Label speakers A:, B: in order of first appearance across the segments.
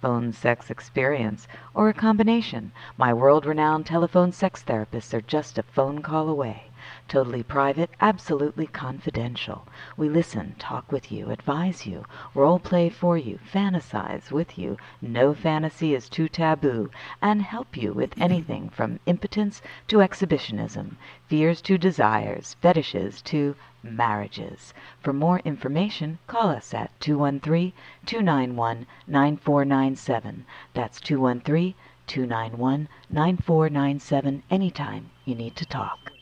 A: phone sex experience, or a combination, my world renowned telephone sex therapists are just a phone call away. Totally private, absolutely confidential. We listen, talk with you, advise you, role play for you, fantasize with you. No fantasy is too taboo, and help you with anything from impotence to exhibitionism, fears to desires, fetishes to marriages. For more information, call us at 213 291 9497. That's 213 291 9497 anytime you need to talk.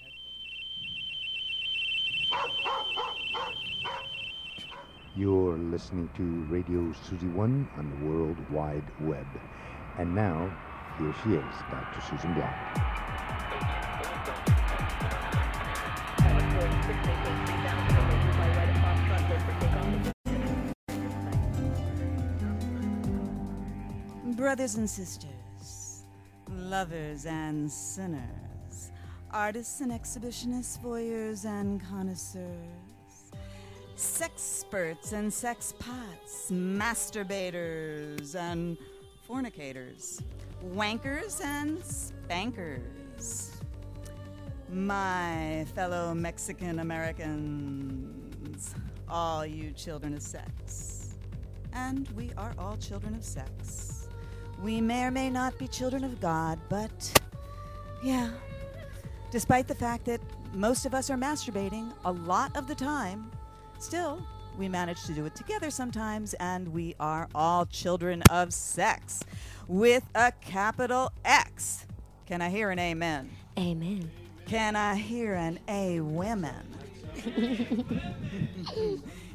B: You're listening to Radio Susie One on the World Wide Web. And now, here she is, Dr. Susan Block.
C: Brothers and sisters, lovers and sinners, artists and exhibitionists, voyeurs and connoisseurs, sexperts and sex pots, masturbators and fornicators, wankers and spankers. My fellow Mexican Americans, all you children of sex. And we are all children of sex. We may or may not be children of God, but yeah. Despite the fact that most of us are masturbating a lot of the time, still, we manage to do it together sometimes, and we are all children of sex with a capital X. Can I hear an amen?
D: Amen.
C: Can I hear an A women?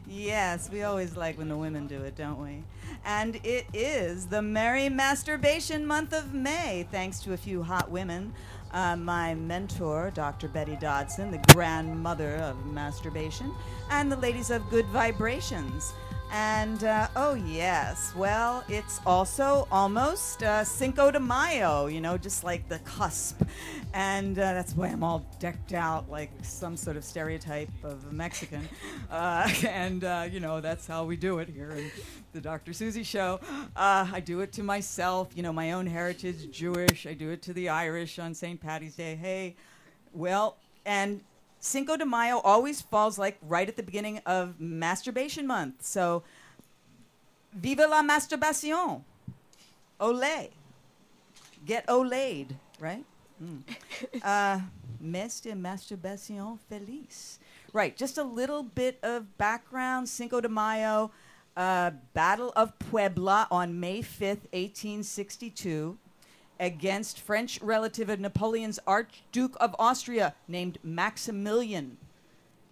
C: yes, we always like when the women do it, don't we? And it is the Merry Masturbation Month of May, thanks to a few hot women. Uh, my mentor, Dr. Betty Dodson, the grandmother of masturbation, and the ladies of Good Vibrations. And uh, oh, yes, well, it's also almost uh, Cinco de Mayo, you know, just like the cusp. And uh, that's why I'm all decked out like some sort of stereotype of a Mexican. Uh, and, uh, you know, that's how we do it here in the Dr. Susie show. Uh, I do it to myself, you know, my own heritage, Jewish. I do it to the Irish on St. Patty's Day. Hey, well, and Cinco de Mayo always falls like right at the beginning of masturbation month. So, viva la masturbación. Olay. Get olayed, right? Mm. uh, mes de masturbación feliz. Right, just a little bit of background. Cinco de Mayo, uh, Battle of Puebla on May 5th, 1862 against French relative of Napoleon's Archduke of Austria named Maximilian.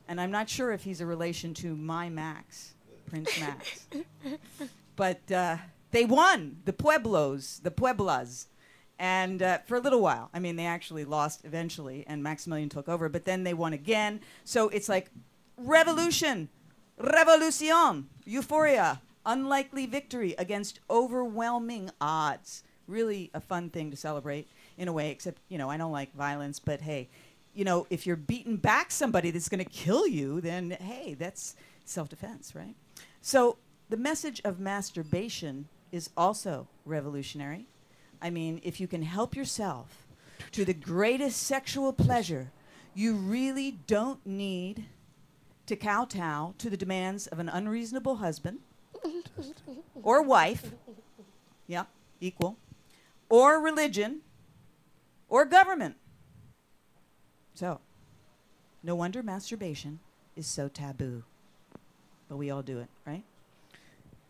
C: And I'm not sure if he's a relation to my Max, Prince Max. but uh, they won the Pueblos, the Pueblas. And uh, for a little while, I mean, they actually lost eventually, and Maximilian took over, but then they won again. So it's like revolution, revolution, euphoria, unlikely victory against overwhelming odds really a fun thing to celebrate in a way except you know i don't like violence but hey you know if you're beating back somebody that's going to kill you then hey that's self-defense right so the message of masturbation is also revolutionary i mean if you can help yourself to the greatest sexual pleasure you really don't need to kowtow to the demands of an unreasonable husband or wife yeah equal or religion or government. So, no wonder masturbation is so taboo. But we all do it, right?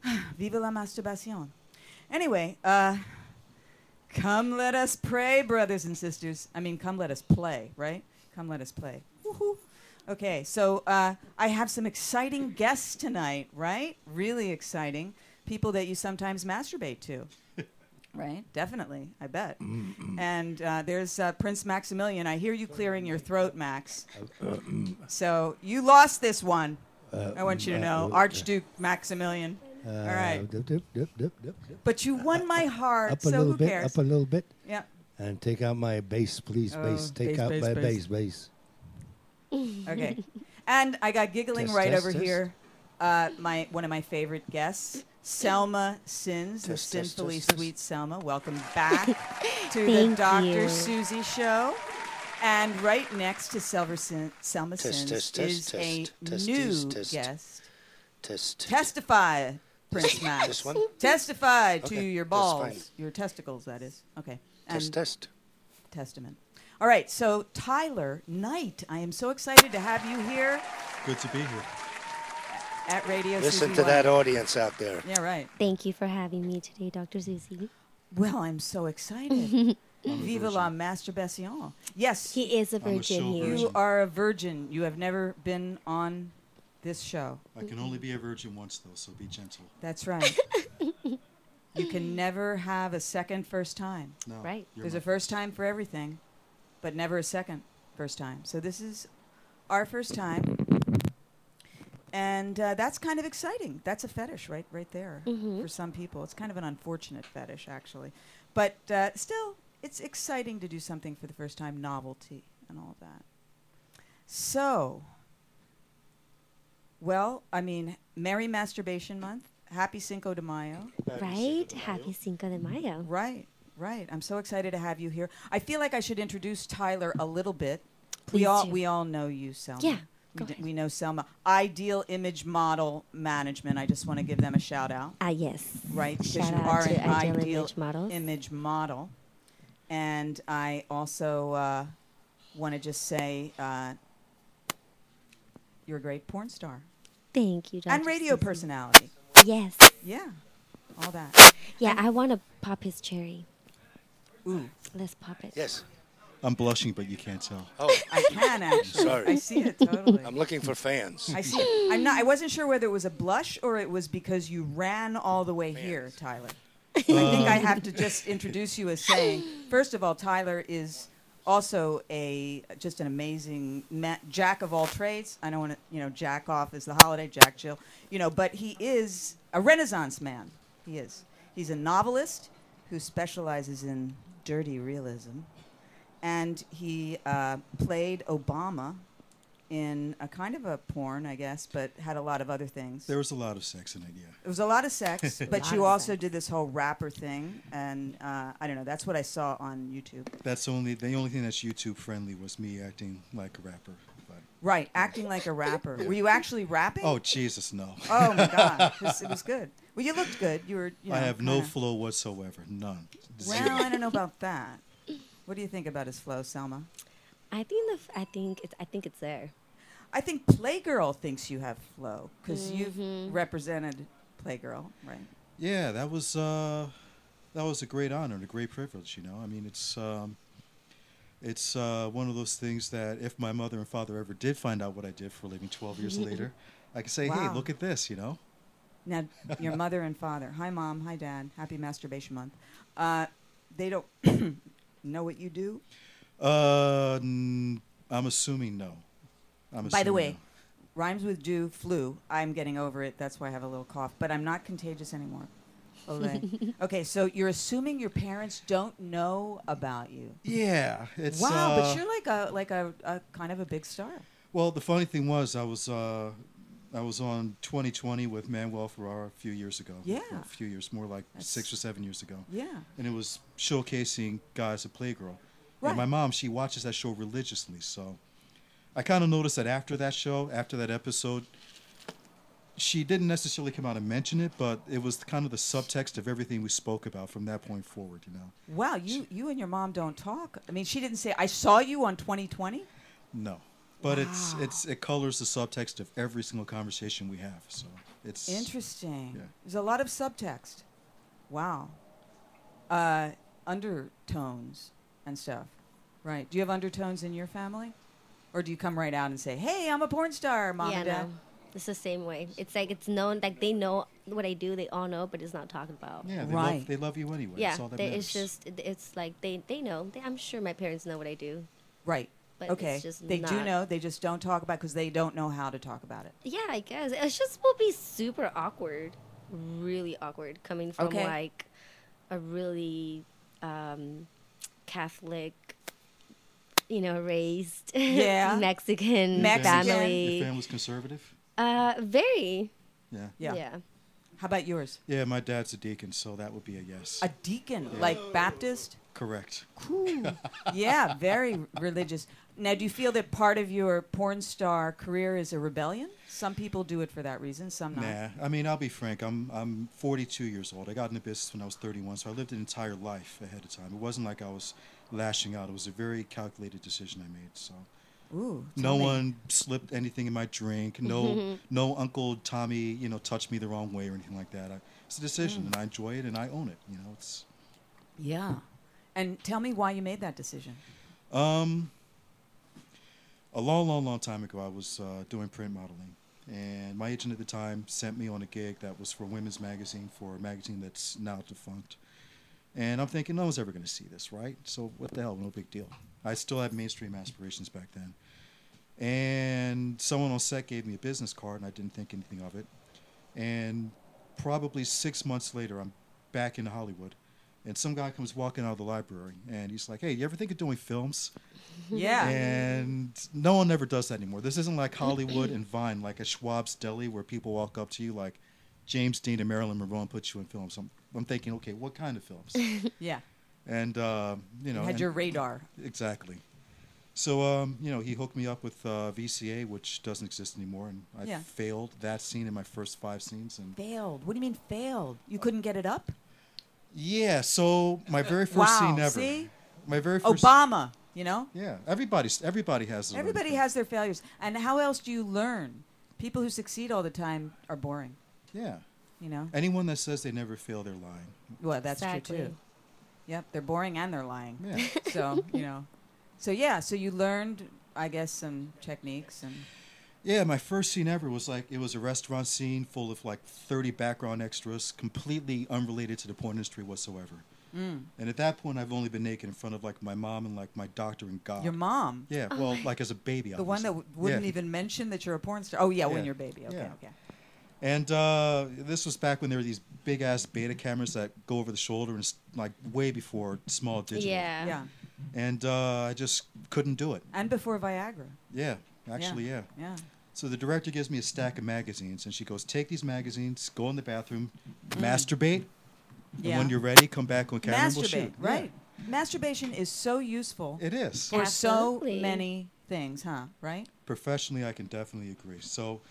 C: Viva la masturbación. Anyway, uh, come let us pray, brothers and sisters. I mean, come let us play, right? Come let us play. Woohoo. Okay, so uh, I have some exciting guests tonight, right? Really exciting. People that you sometimes masturbate to. Right, definitely, I bet. and uh, there's uh, Prince Maximilian. I hear you clearing your throat, Max. so you lost this one.
D: Uh,
C: I want you to know, Archduke Maximilian. All right,
D: Dip, dip, dip, dip, dip, dip.
C: but you won my heart,
D: Up a
C: so
D: little
C: who
D: bit,
C: cares?
D: up a little bit,
C: yeah.
D: and take out my bass, please,
C: Oh,
D: bass. Take
C: bass,
D: out
C: bass,
D: my
C: bass.
D: bass, bass.
C: Okay. And I got giggling
D: Test,
C: right
D: test,
C: over
D: test.
C: here. Uh, my one of my favorite guests, Selma Sins, the
D: Test, test,
C: sinfully
D: test, test.
C: sweet Selma. Welcome back to the
E: Thank
C: Dr.
E: you.
C: Susie show. And right next to Selva Sin- Selma Sins
D: Test, test, test,
C: is a
D: test, test,
C: new
D: test, test.
C: guest.
D: Test.
C: Testify, Prince Max.
D: This one?
C: Testify to
D: Okay,
C: your
D: that's
C: balls, your testicles, that is. Okay. And
D: test.
C: Testament. All right, so Tyler Knight, I am so excited to have you here
F: Good to be here.
C: at Radio
D: Listen
C: CZY.
D: to that audience out there.
C: Yeah, right.
E: Thank you for having me today, Dr. Susie.
C: Well, I'm so excited. Viva la masturbation. Yes,
E: He is a
F: I'm a
E: virgin
F: soul
E: here.
F: virgin.
C: you are a virgin. You have never been on this show.
F: I can only be a virgin once, though, so be gentle.
C: That's right. you can never have a second first time.
F: No,
E: Right.
F: you're
C: There's
F: my-
C: a first time for everything, but never a second first time. So this is our first time. And uh, that's kind of exciting. That's a fetish, right? Right there for some people. It's kind of an unfortunate fetish, actually, but uh, still, it's exciting to do something for the first time, novelty and all of that. So, well, I mean, Merry Masturbation Month. Happy Cinco de Mayo.
E: Right? Happy Cinco de Mayo.
C: Right, right. I'm so excited to have you here. I feel like I should introduce Tyler a little bit. we
E: Please
C: all
E: do.
C: we all know you, Selma.
E: Yeah,
C: We,
E: go
C: d-
E: ahead.
C: we know Selma. Ideal Image Model Management. I just want to give them a shout out,
E: Ah, yes.
C: right? Because
E: Shout
C: you
E: out
C: are
E: to
C: an
E: Ideal
C: ideal
E: Image Models.
C: image model. And I also uh, want to just say uh, you're a great porn star
E: Thank you, Dr.
C: and radio
E: Susie.
C: personality.
E: Yes.
C: Yeah, all that.
E: Yeah, I want to pop his cherry.
C: Ooh,
E: Let's pop it.
D: Yes.
F: I'm blushing, but you can't tell.
D: Oh,
C: I can actually.
D: Sorry.
C: I see it totally.
D: I'm looking for fans.
C: I see. I'm not. I wasn't sure whether it was a blush or it was because you ran all the way here, Tyler. I think I have to just introduce you as saying, first of all, Tyler is also a just an amazing ma- jack of all trades. I don't want to, you know, jack off is the holiday, Jack Jill, you know, but he is a Renaissance man. He is. He's a novelist who specializes in dirty realism, and he uh, played Obama in a kind of a porn, I guess, but had a lot of other things.
F: There was a lot of sex in it, yeah.
C: It was a lot of sex, but
E: lot
C: you
E: of
C: also
E: sex.
C: did this whole rapper thing, and uh, I don't know. That's what I saw on YouTube.
F: That's only the only thing that's YouTube friendly was me acting like a rapper. But
C: Right, acting like a rapper. Were you actually rapping?
F: oh Jesus, no!
C: Oh my god, it was, it was good. Well, you looked good. You were. You know,
F: I have no
C: kinda-
F: flow whatsoever, none. Zero.
C: Well, I don't know about that. What do you think about his flow, Selma?
E: I think the f- I think it's I think it's there.
C: I think Playgirl thinks you have flow because you've represented Playgirl, right?
F: Yeah, that was uh, that was a great honor and a great privilege. You know, I mean, it's um, it's uh, one of those things that if my mother and father ever did find out what I did for a living twelve years later, I could say,
C: Wow.
F: hey, look at this. You know,
C: Now, your mother and father. Hi, mom. Hi, dad. Happy masturbation month. Uh, they don't know what you do.
F: uh, n- I'm assuming no. I'm
C: By the
F: assuming
C: way,
F: no.
C: rhymes with do flu. I'm getting over it. That's why I have a little cough, but I'm not contagious anymore. Olay. okay, so you're assuming your parents don't know about you.
F: Yeah, it's
C: wow,
F: uh,
C: but you're like a like a, a kind of a big star.
F: Well, the funny thing was, I was uh, I was on 2020 with Manuel Ferrara a few years ago.
C: Yeah.
F: a few years, more like six
C: That's-
F: or seven years ago.
C: Yeah.
F: and it was showcasing guys at Playgirl.
C: Right.
F: And my mom, she watches that show religiously, so I kind of noticed that after that show, after that episode, she didn't necessarily come out and mention it, but it was kind of the subtext of everything we spoke about from that point forward. You know,
C: Wow, you you and your mom don't talk. I mean, she didn't say I saw you on 2020.
F: no, but it's it's it colors the subtext of every single conversation we have. So it's
C: Interesting.
F: Yeah.
C: There's a lot of subtext. Wow. Uh, undertones and stuff. Right. Do you have undertones in your family? Or do you come right out and say, hey, I'm a porn star, mom
E: yeah,
C: and dad?
E: no. It's the same way. It's like it's known like they know what I do, they all know, but it's not talked about.
F: Yeah, they,
C: Right.
F: love, they love you anyway.
E: Yeah,
F: That's all that
E: they,
F: matters.
E: it's just it- it's like they they know. They, I'm sure my parents know what I do.
C: Right.
E: But it's
C: okay.
E: just
C: they do
E: not-
C: know. They just don't talk about because they don't know how to talk about it.
E: Yeah, I guess it just will be super awkward, really awkward coming from
C: Okay.
E: like a really um, Catholic, you know, raised
C: Yeah.
E: Mexican,
F: Your family's-
C: Mexican.
E: family.
F: Your family's conservative.
E: Uh, very.
F: Yeah.
C: Yeah.
E: yeah.
C: How about yours?
F: Yeah, my dad's a deacon, so that would be a yes.
C: A deacon, like Baptist.
F: Correct.
C: Cool. yeah, very religious. Now, do you feel that part of your porn star career is a rebellion? Some people do it for that reason. Some not.
F: Nah, I mean, I'll be frank. I'm I'm 42 years old. I got into business when I was 31, so I lived an entire life ahead of time. It wasn't like I was lashing out. It was a very calculated decision I made. So
C: Ooh.
F: no one slipped anything in my drink. No, no Uncle Tommy, you know, touched me the wrong way or anything like that. I, it's a decision, and I enjoy it, and I own it. You know, it's
C: Yeah. And tell me why you made that decision.
F: Um, a long, long, long time ago, I was uh, doing print modeling, and my agent at the time sent me on a gig that was for women's magazine for a magazine that's now defunct. And I'm thinking, no one's ever going to see this, right? So what the hell? No big deal. I still had mainstream aspirations back then. And someone on set gave me a business card, and I didn't think anything of it. And probably six months later, I'm back in Hollywood, and some guy comes walking out of the library, and he's like, "Hey, you ever think of doing films?"
C: Yeah.
F: And no one ever does that anymore. This isn't like Hollywood and Vine, like a Schwab's Deli, where people walk up to you like James Dean and Marilyn Monroe and put you in films. I'm, I'm thinking, okay, what kind of films?
C: yeah.
F: and uh, you know,
C: had
F: and-
C: your radar.
F: exactly. So um, you know, he hooked me up with uh, VCA, which doesn't exist anymore, and I
C: Yeah.
F: failed that scene in my first five scenes. And
C: Failed. What do you mean failed? You couldn't get it up?
F: yeah, so my very first
C: Wow,
F: scene ever.
C: see? Oh,
F: My very first.
C: Obama, you know?
F: Yeah, everybody's everybody has. their own
C: Everybody
F: thing.
C: has their failures. And how else do you learn? People who succeed all the time are boring,
F: Yeah,
C: you know?
F: anyone that says they never fail, they're lying.
C: Well, that's
E: Exactly.
C: true too. Yep, they're boring and they're lying.
F: Yeah.
C: So, you know. So yeah, so you learned I guess some techniques and
F: Yeah, my first scene ever was like it was a restaurant scene full of like 30 background extras, completely unrelated to the porn industry whatsoever.
C: Mm.
F: And at that point, I've only been naked in front of like my mom and like my doctor and God.
C: your mom, Oh
F: Yeah, well, like as a baby.
C: the one that w- wouldn't
F: Oh. yeah.
C: even mention that you're a porn star. Oh yeah, when
F: Yeah.
C: you're a baby. Okay,
F: Yeah.
C: okay.
F: And uh, this was back when there were these big ass beta cameras that go over the shoulder and it's like way before small digital.
E: Yeah.
C: Yeah.
F: And uh, I just couldn't do it.
C: And before Viagra.
F: Yeah, actually, yeah.
C: Yeah.
F: So the director gives me a stack of magazines, and she goes, "Take these magazines, go in the bathroom, masturbate,
C: Mm. Yeah.
F: and when you're ready, come back on camera and we'll
C: Masturbate,
F: shoot." Yeah,
C: right? Masturbation is so useful
F: it is.
C: for so
E: Absolutely.
C: many things, huh? Right?
F: Professionally, I can definitely agree. So,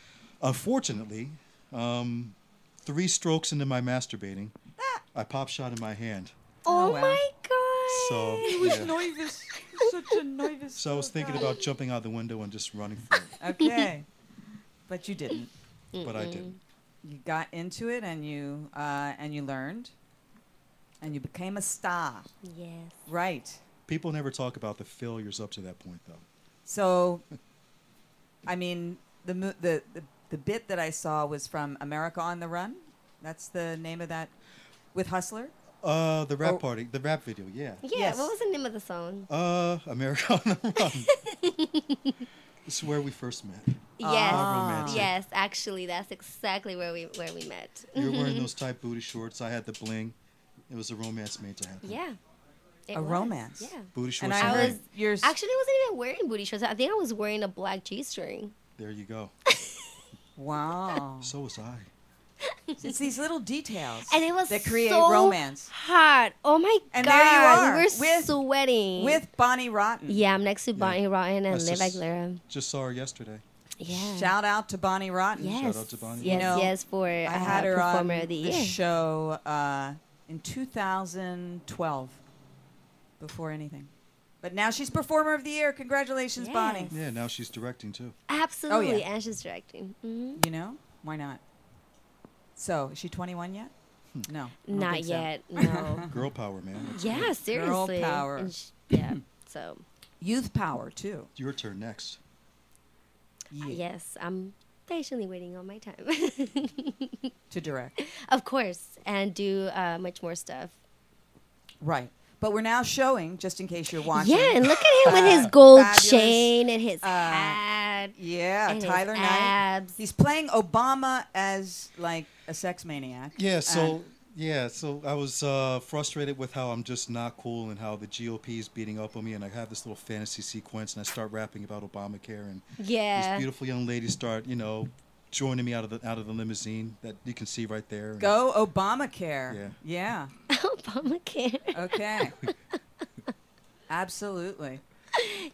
F: unfortunately, um, three strokes into my masturbating,
C: Ah.
F: I pop shot in my hand.
E: Oh,
C: wow.
E: my god.
F: So, yeah.
C: Nervous. Such a nervous.
F: so I was thinking about jumping out the window and just running for it,
C: Okay. but you didn't.
F: but I didn't.
C: You got into it and you uh, and you learned and you became a star.
E: Yes.
C: Right.
F: People never talk about the failures up to that point, though.
C: So I mean the mo- the, the the bit that I saw was from America on the Run. That's the name of that with Hustler.
F: Uh, the rap
C: Oh.
F: party, the rap video, yeah.
E: Yeah.
C: Yes.
E: What was the name of the song?
F: Uh, America on the Run. this is where we first met.
C: Uh,
E: Yes.
F: romantic.
E: Yes. Actually, that's exactly where we where we met.
F: You were wearing those tight booty shorts. I had the bling. It was a romance made to happen.
E: Yeah. It
C: A
E: was.
C: romance.
E: Yeah.
F: Booty
C: And
F: shorts.
C: I
F: are
E: heard-
C: was
F: great.
C: your s-
E: Actually, I wasn't even wearing booty shorts. I think I was wearing a black g-string.
F: There you go.
C: wow.
F: So was I.
C: It's these little details
E: And it was
C: that create
E: so
C: romance.
E: hot. Oh my
C: And there you
E: god.
C: are,
E: We were
C: with-
E: sweating.
C: With Bonnie Rotten.
E: yeah, I'm next to Bonnie Rotten and
F: That's
E: Liv
F: just-
E: Aguilera.
F: Just saw her yesterday.
E: Yeah.
C: Shout out to Bonnie Rotten.
E: yes.
F: out to Bonnie
E: Yes,
C: Rotten.
E: yes, for uh,
C: I had her on
E: performer
C: the
E: of the year.
C: show uh, in 2012, before anything. But now she's performer of the year. Congratulations,
E: Yes.
C: Bonnie.
F: Yeah, now she's directing too.
C: Oh,
E: Absolutely, and she's directing. hmm
C: You know why not? So is she 21 yet?
F: Hmm.
C: No, I don't
E: Not
C: think so.
E: yet. No.
F: Girl power, man. It's
E: yeah, seriously.
C: power.
E: And sh- yeah. So
C: Youth power too.
F: your turn next.
E: yes, I'm patiently waiting on my time.
C: to direct.
E: of course, and do uh, much more stuff.
C: Right. But we're now showing, just in case you're watching.
E: Yeah, and look at him with his gold
C: fabulous, Uh,
E: chain and his hat.
C: Yeah,
E: And his
C: Tyler Knight.
E: abs.
C: He's playing Obama as like a sex maniac.
F: Yeah, so
C: And-
F: yeah, so I was uh, frustrated with how I'm just not cool and how the GOP is beating up on me, and I have this little fantasy sequence, and I start rapping about Obamacare, and
E: Yeah.
C: Eh.
F: these beautiful young ladies start, you know, joining me out of the out of the limousine that you can see right there. and
C: Go Obamacare. Yeah.
E: Obamacare.
C: Okay. Absolutely.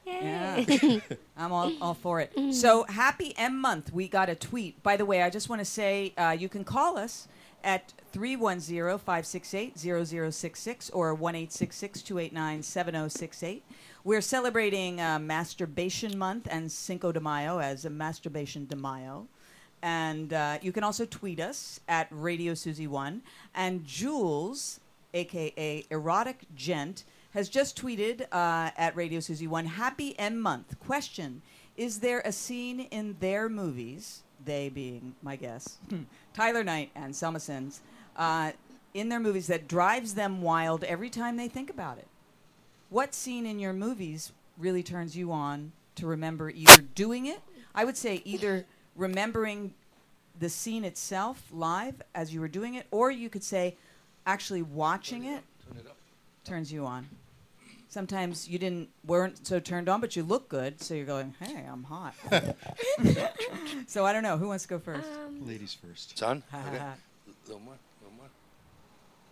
C: Yeah. I'm all, all for it. So happy M month. We got a tweet. By the way, I just want to say uh, you can call us at 310 568 0066 or 1 289 7068. We're celebrating uh, Masturbation Month and Cinco de Mayo as a Masturbation de Mayo. And uh, you can also tweet us at Radio Susie One. And Jules, aka Erotic Gent, has just tweeted uh, at Radio Susie One Happy M Month. Question Is there a scene in their movies, they being my guess, Tyler Knight and Selma Sims, uh, in their movies that drives them wild every time they think about it? what scene in your movies really turns you on to remember either doing it? I would say either remembering the scene itself live as you were doing it, or you could say actually watching it, turns you on. Sometimes you didn't weren't so turned on, but you look good, so you're going, "Hey, I'm hot." so I don't know who wants to go first.
E: Um,
F: ladies first.
D: Son? Okay. A little more. A little more.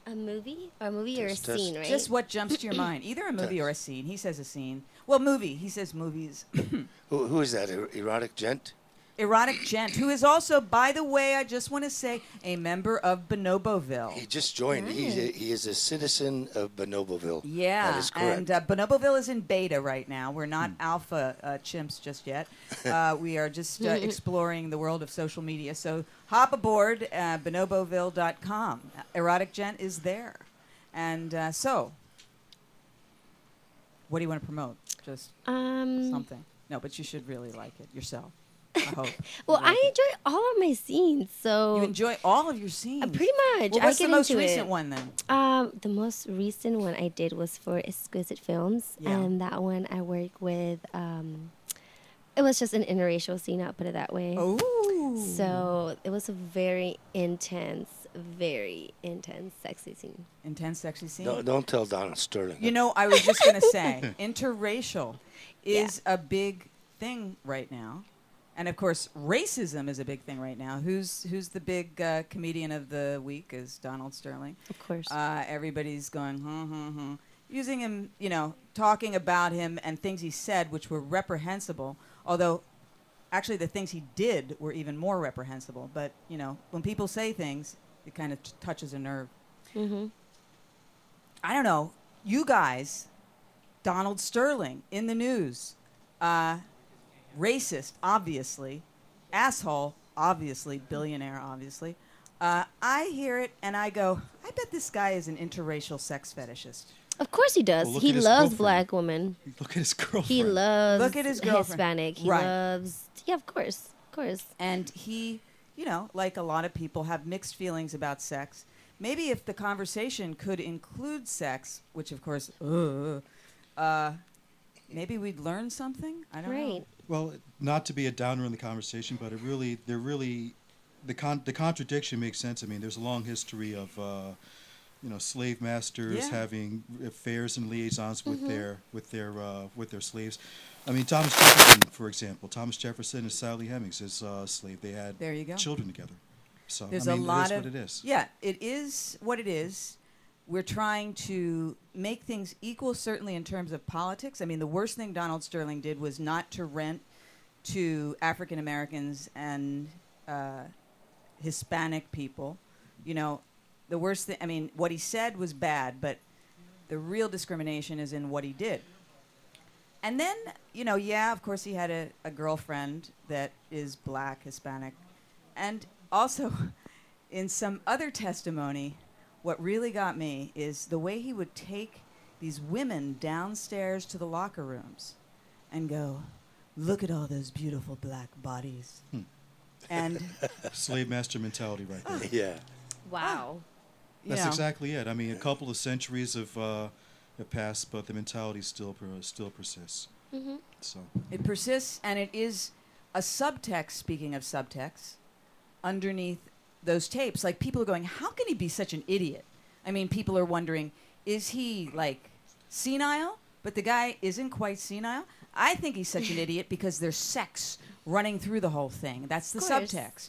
E: A movie? Or a movie or a
D: Test, test.
E: scene, right?
C: Just what jumps to your mind, either a movie or a scene. He says a scene. Well, movie. He says movies.
D: Who, who is that? Er- Erotic gent?
C: Erotic Gent, who is also, by the way, I just want to say, a member of
D: He
C: Bonoboville.
D: just joined. He's a, he is a citizen of Bonoboville.
C: Yeah,
D: That is correct. Hmm.
C: and uh, Bonoboville is in beta right now. We're not alpha uh, chimps just yet. Uh, we are just uh,
E: Mm-hmm.
C: exploring the world of social media. So hop aboard uh, bonoboville.com. Erotic Gent is there. And uh, so, what do you want to promote? Just
E: um,
C: something. No, but you should really like it yourself. I hope.
E: Well,
C: You
E: I
C: like it.
E: enjoy all of my scenes, so
C: You enjoy all of your scenes.
E: Uh, pretty much.
C: Well,
E: I
C: what's
E: get
C: the most
E: into
C: recent
E: it.
C: one then?
E: Um, the most recent one I did was for Exquisite Films,
C: Yeah.
E: and that one I work with. Um, it was just an interracial scene. I'll put it that way.
C: Oh.
E: So it was a very intense, very intense, sexy scene.
C: intense, sexy scene.
D: No, don't tell Donna Sterling.
C: You know, I was just gonna say, interracial is a big thing right now, and of course, racism is a big thing right now. Who's who's the big uh, comedian of the week? Is Donald Sterling?
E: Of course.
C: Uh, everybody's going, hmm, hmm, hmm. Using him, you know, talking about him and things he said, which were reprehensible, although actually the things he did were even more reprehensible. But, you know, when people say things, it kind of t- touches a nerve. I don't know. You guys, Donald Sterling in the news, uh, racist, obviously, asshole, obviously, billionaire, obviously. Uh, I hear it and I go, I bet this guy is an interracial sex fetishist.
E: of course he does.
F: Well, look
E: he
F: at his
E: loves
F: girlfriend.
E: black women.
F: Look at his girlfriend.
E: He loves
C: Look at his girlfriend.
E: Hispanic. He
C: Right.
E: loves yeah, of course, of course.
C: And he, you know, like a lot of people, have mixed feelings about sex. Maybe if the conversation could include sex, which of course, uh, uh, maybe we'd learn something. I don't know.
E: Right.
F: Well, not to be a downer in the conversation, but it really, they're really, the con- the contradiction makes sense. I mean, there's a long history of, uh, you know, slave masters
C: Yeah. Mm-hmm.
F: having affairs and liaisons with their with their uh, with their slaves. I mean, Thomas Jefferson, for example, Thomas Jefferson and Sally Hemings is uh, slave. They had
C: There you go.
F: children together. So
C: There's
F: I mean,
C: a lot
F: it is
C: of
F: what it is.
C: Yeah, it is what it is. We're trying to make things equal, certainly in terms of politics. I mean, the worst thing Donald Sterling did was not to rent to African Americans and uh, Hispanic people. You know, the worst thing. I mean, what he said was bad, but the real discrimination is in what he did. And then, you know, yeah, of course, he had a, a girlfriend that is black, Hispanic. And also, in some other testimony, what really got me is the way he would take these women downstairs to the locker rooms and go, Look at all those beautiful black bodies. and
F: Slave master mentality right there.
D: Yeah.
E: Wow.
C: you
F: That's
C: know,
F: exactly it. I mean, a couple of centuries have, uh, have passed, but the mentality still per- still persists.
C: Mm-hmm.
F: So
C: it persists, and it is a subtext. Speaking of subtext, underneath those tapes, like people are going, "How can he be such an idiot?" I mean, people are wondering, "Is he like senile?" But the guy isn't quite senile. I think he's such an idiot because there's sex running through the whole thing. That's the
E: Of course.
C: subtext,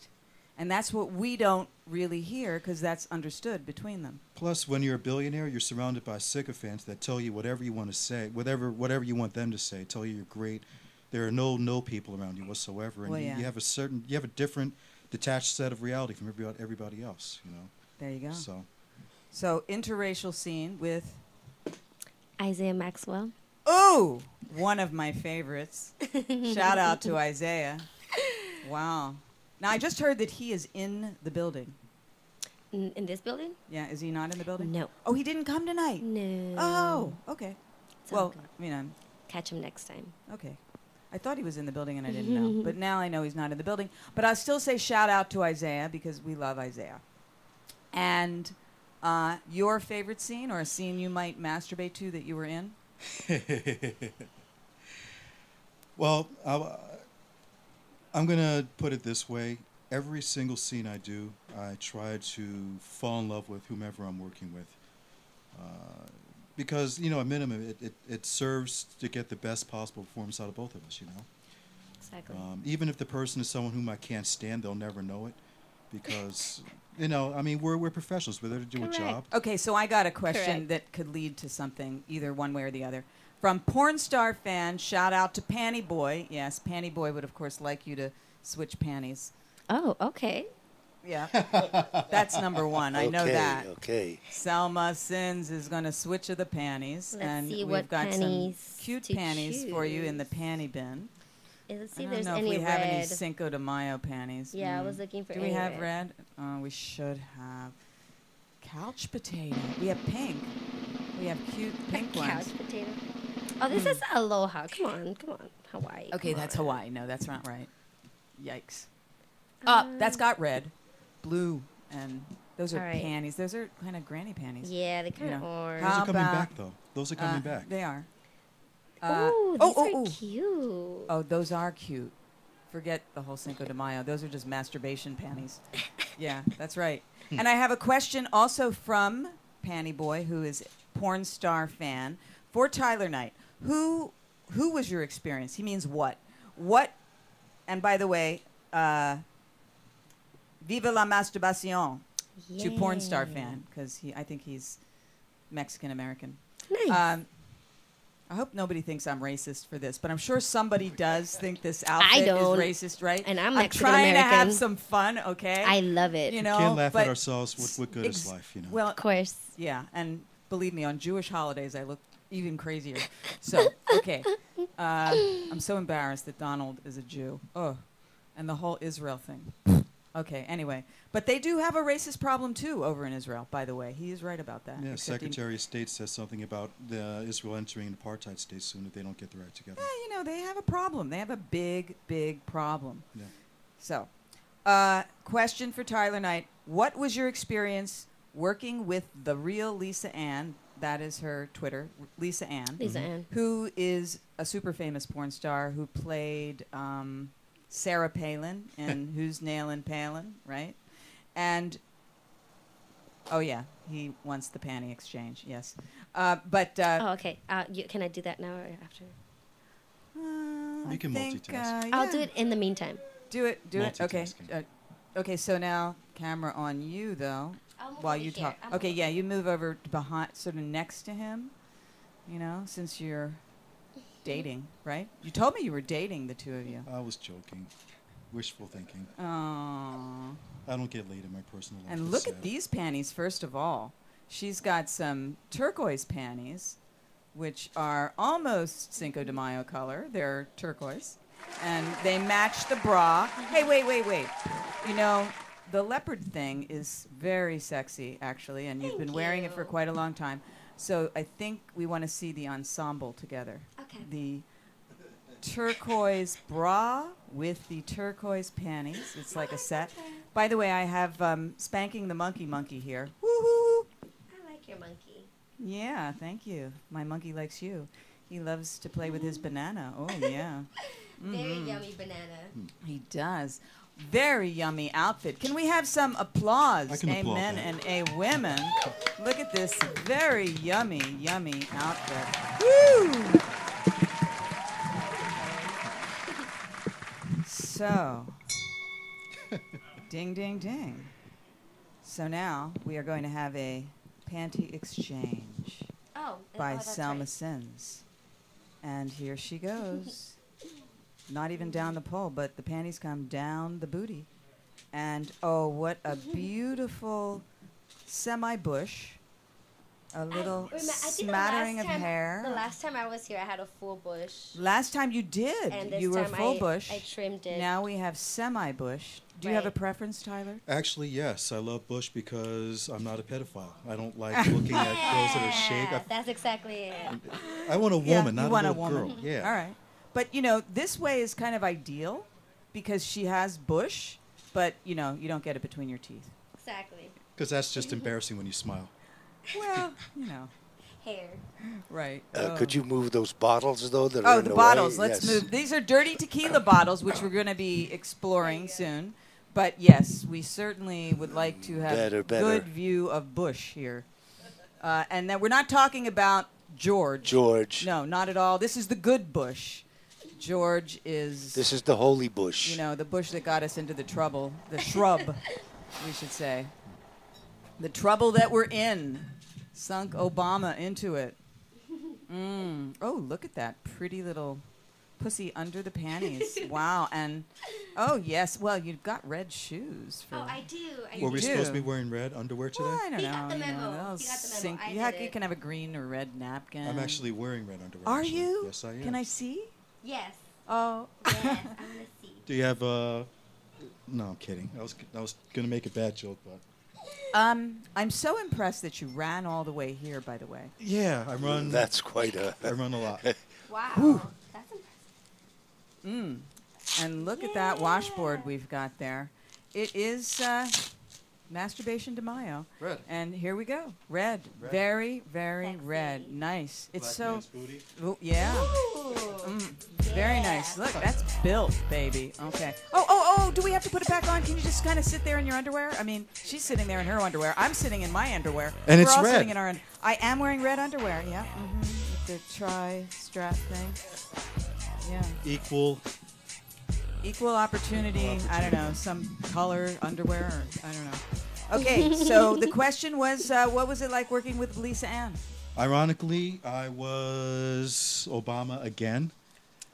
C: and that's what we don't really hear because that's understood between them.
F: Plus, when you're a billionaire, you're surrounded by sycophants that tell you whatever you want to say, whatever whatever you want them to say. Tell you you're great. There are no no people around you whatsoever, and
C: Well,
F: you,
C: yeah.
F: you have a certain you have a different detached set of reality from everybody everybody else. You know.
C: There you go.
F: So
C: So interracial scene with
E: Ah. Isaiah Maxwell.
C: ooh, one of my favorites. Shout out to Isaiah. Wow. Now I just heard that he is in the building.
E: In, in this building?
C: Yeah, is he not in the building?
E: No.
C: Oh, he didn't come tonight.
E: No.
C: Oh, okay.
E: It's all
C: Well,
E: good.
C: I mean, I'm
E: catch him next time.
C: okay. I thought he was in the building and I didn't know, but now I know he's not in the building. But I'll still say shout out to Isaiah because we love Isaiah. And uh, your favorite scene or a scene you might masturbate to that you were in?
F: Well, I, am gonna put it this way: every single scene I do, I try to fall in love with whomever I'm working with, uh, because you know, at minimum, it, it, it serves to get the best possible performance out of both of us. You know,
E: Exactly.
F: um, even if the person is someone whom I can't stand, they'll never know it, because you know, I mean, we're we're professionals. We're there to do a job.
E: Correct.
C: Okay, so I got a question
E: Correct.
C: that could lead to something, either one way or the other. From porn star fan, shout out to Panty Boy. Yes, Panty Boy would of course like you to switch panties.
E: Oh, okay.
C: Yeah, that's number one. I
D: okay,
C: know that.
D: Okay.
C: Selma Sins is going to switch of the panties,
E: Let's
C: and
E: see
C: we've
E: what
C: got some
E: panties
C: cute
E: to
C: panties for you in the
E: choose.
C: panty bin.
E: Eh, Let's see
C: I don't
E: if there's
C: know
E: any
C: if we
E: red.
C: have any Cinco de Mayo panties. Hmm.
E: Yeah, I was looking for
C: Do
E: any
C: we have red?
E: red.
C: Oh, we should have couch potato. We have pink. We have cute pink
E: a
C: ones. Hmm.
E: couch potato. Oh, this is aloha. Come on, come on, Hawaii.
C: Okay,
E: come
C: that's
E: on.
C: Hawaii. No, that's not right. Yikes.
E: Uh,
C: Up. that's got red, blue, and those are
E: All right.
C: panties. Those are kind of granny panties.
E: Yeah, they kind
C: You
E: of
C: know.
E: orange.
F: Those
C: How
F: are coming
C: about-
F: back, though. Those are
C: Uh,
F: coming back.
C: They are. Uh,
E: oh, Uh,
C: oh,
E: these
C: oh,
E: are
C: oh.
E: cute.
C: Oh, those are cute. Forget the whole Cinco de Mayo. Those are just masturbation panties. yeah, that's right. And I have a question also from Panty Boy, who is porn star fan for Tyler Knight. Who who was your experience? He means what? What? And by the way, uh, viva la masturbation to porn star
E: Yay.
C: fan because he I think he's Mexican American.
E: Nice.
C: Um, I hope nobody thinks I'm racist for this, but I'm sure somebody does think this outfit
E: don't.
C: is racist, right?
E: And I'm
C: I'm
E: Mexican
C: trying to have
E: American.
C: some fun, okay?
E: I love it.
C: you
E: You
C: know,
F: Can't laugh
C: but
F: at ourselves. What, what good
C: ex-
F: is life? You know.
C: Well,
E: of course.
C: yeah, and believe me, on Jewish holidays I look even crazier. So okay, uh, I'm so embarrassed that Donald is a Jew. Oh, and the whole Israel thing. Okay, anyway, but they do have a racist problem too over in Israel. By the way, he is right about that.
F: Yeah,
C: except he-
F: Secretary of State says something about the Israel entering an apartheid state soon if they don't get their act together.
C: Eh, you know, they have a problem. They have a big, big problem.
F: Yeah.
C: So, uh, question for Tyler Knight: What was your experience working with the real Lisa Ann? That is her Twitter, Lisa Ann.
E: Lisa
F: Mm-hmm.
E: Ann.
C: Who is a super famous porn star who played um, Sarah Palin in Who's Nailin' Palin, right? And oh yeah, he wants the panty exchange. Yes, uh, but uh,
E: Oh, okay. Uh, you, can I do that now or after?
C: uh, I
F: You can
C: think,
F: multitask.
C: uh,
E: I'll
C: yeah.
E: do it in the meantime.
C: Do it. Do it. Okay. Uh,
F: Multitasking.
C: okay. So now camera on you though,
E: I'll move
C: while
E: over
C: you
E: Oh, here.
C: talk.
E: I'll move
C: okay.
E: over
C: Yeah. You move over to behind, sort of next to him. You know, since you're dating, right? You told me you were dating the two of you.
F: I was joking. Wishful thinking.
C: Oh.
F: I don't get laid in my personal life.
C: And
F: it's
C: look at
F: sad.
C: these panties first of all. She's got some turquoise panties, which are almost Cinco de Mayo color. They're turquoise, and they match the bra. Hey, wait, wait, wait. You know, the leopard thing is very sexy, actually, and you've been
E: Thank
C: wearing it for
E: you.
C: quite a long time. So I think we want to see the ensemble together.
E: Okay.
C: The turquoise bra with the turquoise panties. It's like a set. By the way, I have um, Spanking the Monkey Monkey here. Woo-hoo!
E: I like your monkey.
C: Yeah, thank you. My monkey likes you. He loves to play with his banana. Oh, yeah.
E: Very yummy banana. Oh,
C: He does. Very yummy outfit. Can we have some applause?
F: I can
C: a
F: applaud
C: men
F: that.
C: and a women. Look at this very yummy, yummy outfit. Woo! So, ding, ding, ding. So now we are going to have a panty exchange
E: Oh, and-
C: by
E: oh, that's
C: Selma
E: right.
C: Sims. And here she goes. Not even down the pole, but the panties come down the booty. And oh, what a
E: Mm-hmm.
C: beautiful semi bush. A little
E: Remem- I think the last
C: smattering of
E: time-
C: hair.
E: The last time I was here, I had a full bush.
C: Last time you did.
E: And this
C: you were
E: time
C: full
E: I,
C: bush.
E: I trimmed it.
C: now we have semi bush. Do you have a
E: Right.
C: preference, Tyler?
F: Actually, yes, I love Bush because I'm not a pedophile. I don't like looking at girls that are shaved.
E: That's exactly it.
F: I, I want a
C: Yeah,
F: woman, not
C: you want a,
F: a little
C: woman.
F: girl. Yeah.
C: All right. But you know, this way is kind of ideal because she has bush, but you know, you don't get it between your teeth.
E: Exactly.
F: Because that's just embarrassing when you smile.
C: Well, you know,
E: Hair.
C: right.
D: Uh,
C: Oh.
D: Could you move those bottles though? That are
C: Oh,
D: in
C: the
D: way?
C: bottles. Let's
D: Yes.
C: move. These are dirty tequila bottles, which we're going to be exploring soon. But yes, we certainly would like to have
D: Better, better.
C: good view of bush here, uh, and that we're not talking about George.
D: George.
C: No, not at all. This is the good bush. George is.
D: This is the holy bush.
C: you know, the bush that got us into the trouble, the shrub, we should say. The trouble that we're in sunk Obama into it. Mm. Oh, look at that pretty little pussy under the panties. Wow. And oh, yes. Well, you've got red shoes for
E: Oh, I do. I
F: Were we
E: do.
F: supposed to be
C: do.
F: wearing red underwear today?
C: Well, I don't
E: He
C: know.
E: got the
C: you know,
E: memo.
C: that'll
E: He got the memo.
C: sink-
E: I
C: you, ha-
E: did
C: you
E: it.
C: can have a green or red napkin.
F: I'm actually wearing red underwear.
C: Are
F: actually.
C: you?
F: Yes, I am.
C: Can I see?
E: Yes.
C: Oh.
E: Yes. I'm gonna see.
F: Do you have Uh, no, I'm kidding. I was I was gonna make a bad joke, but
C: Um, I'm so impressed that you ran all the way here, by the way.
F: yeah, I run.
D: That's quite a.
F: I run a lot.
E: Wow. That's impressive.
C: Mm. And look at that washboard we've got there. It is uh, masturbation de Mayo.
F: Red.
C: And here we go. Red.
F: Red.
C: Very, very
E: Sexy.
C: red. Nice. It's so.
F: booty.
C: Oh, yeah.
E: Ooh.
C: Mm. Very
E: Yeah.
C: nice. Look, that's built, baby. Okay. Oh, oh, oh, do we have to put it back on? Can you just kind of sit there in your underwear? I mean, she's sitting there in her underwear. I'm sitting in my underwear.
F: And
C: We're
F: it's
C: all
F: red.
C: sitting in our un- I am wearing red underwear, yeah. Mm-hmm. The tri strap thing. Yeah.
F: Equal.
C: Equal opportunity, I don't know, some color underwear, or, I don't know. Okay, so the question was, uh, what was it like working with Lisa Ann?
F: Ironically, I was Obama again.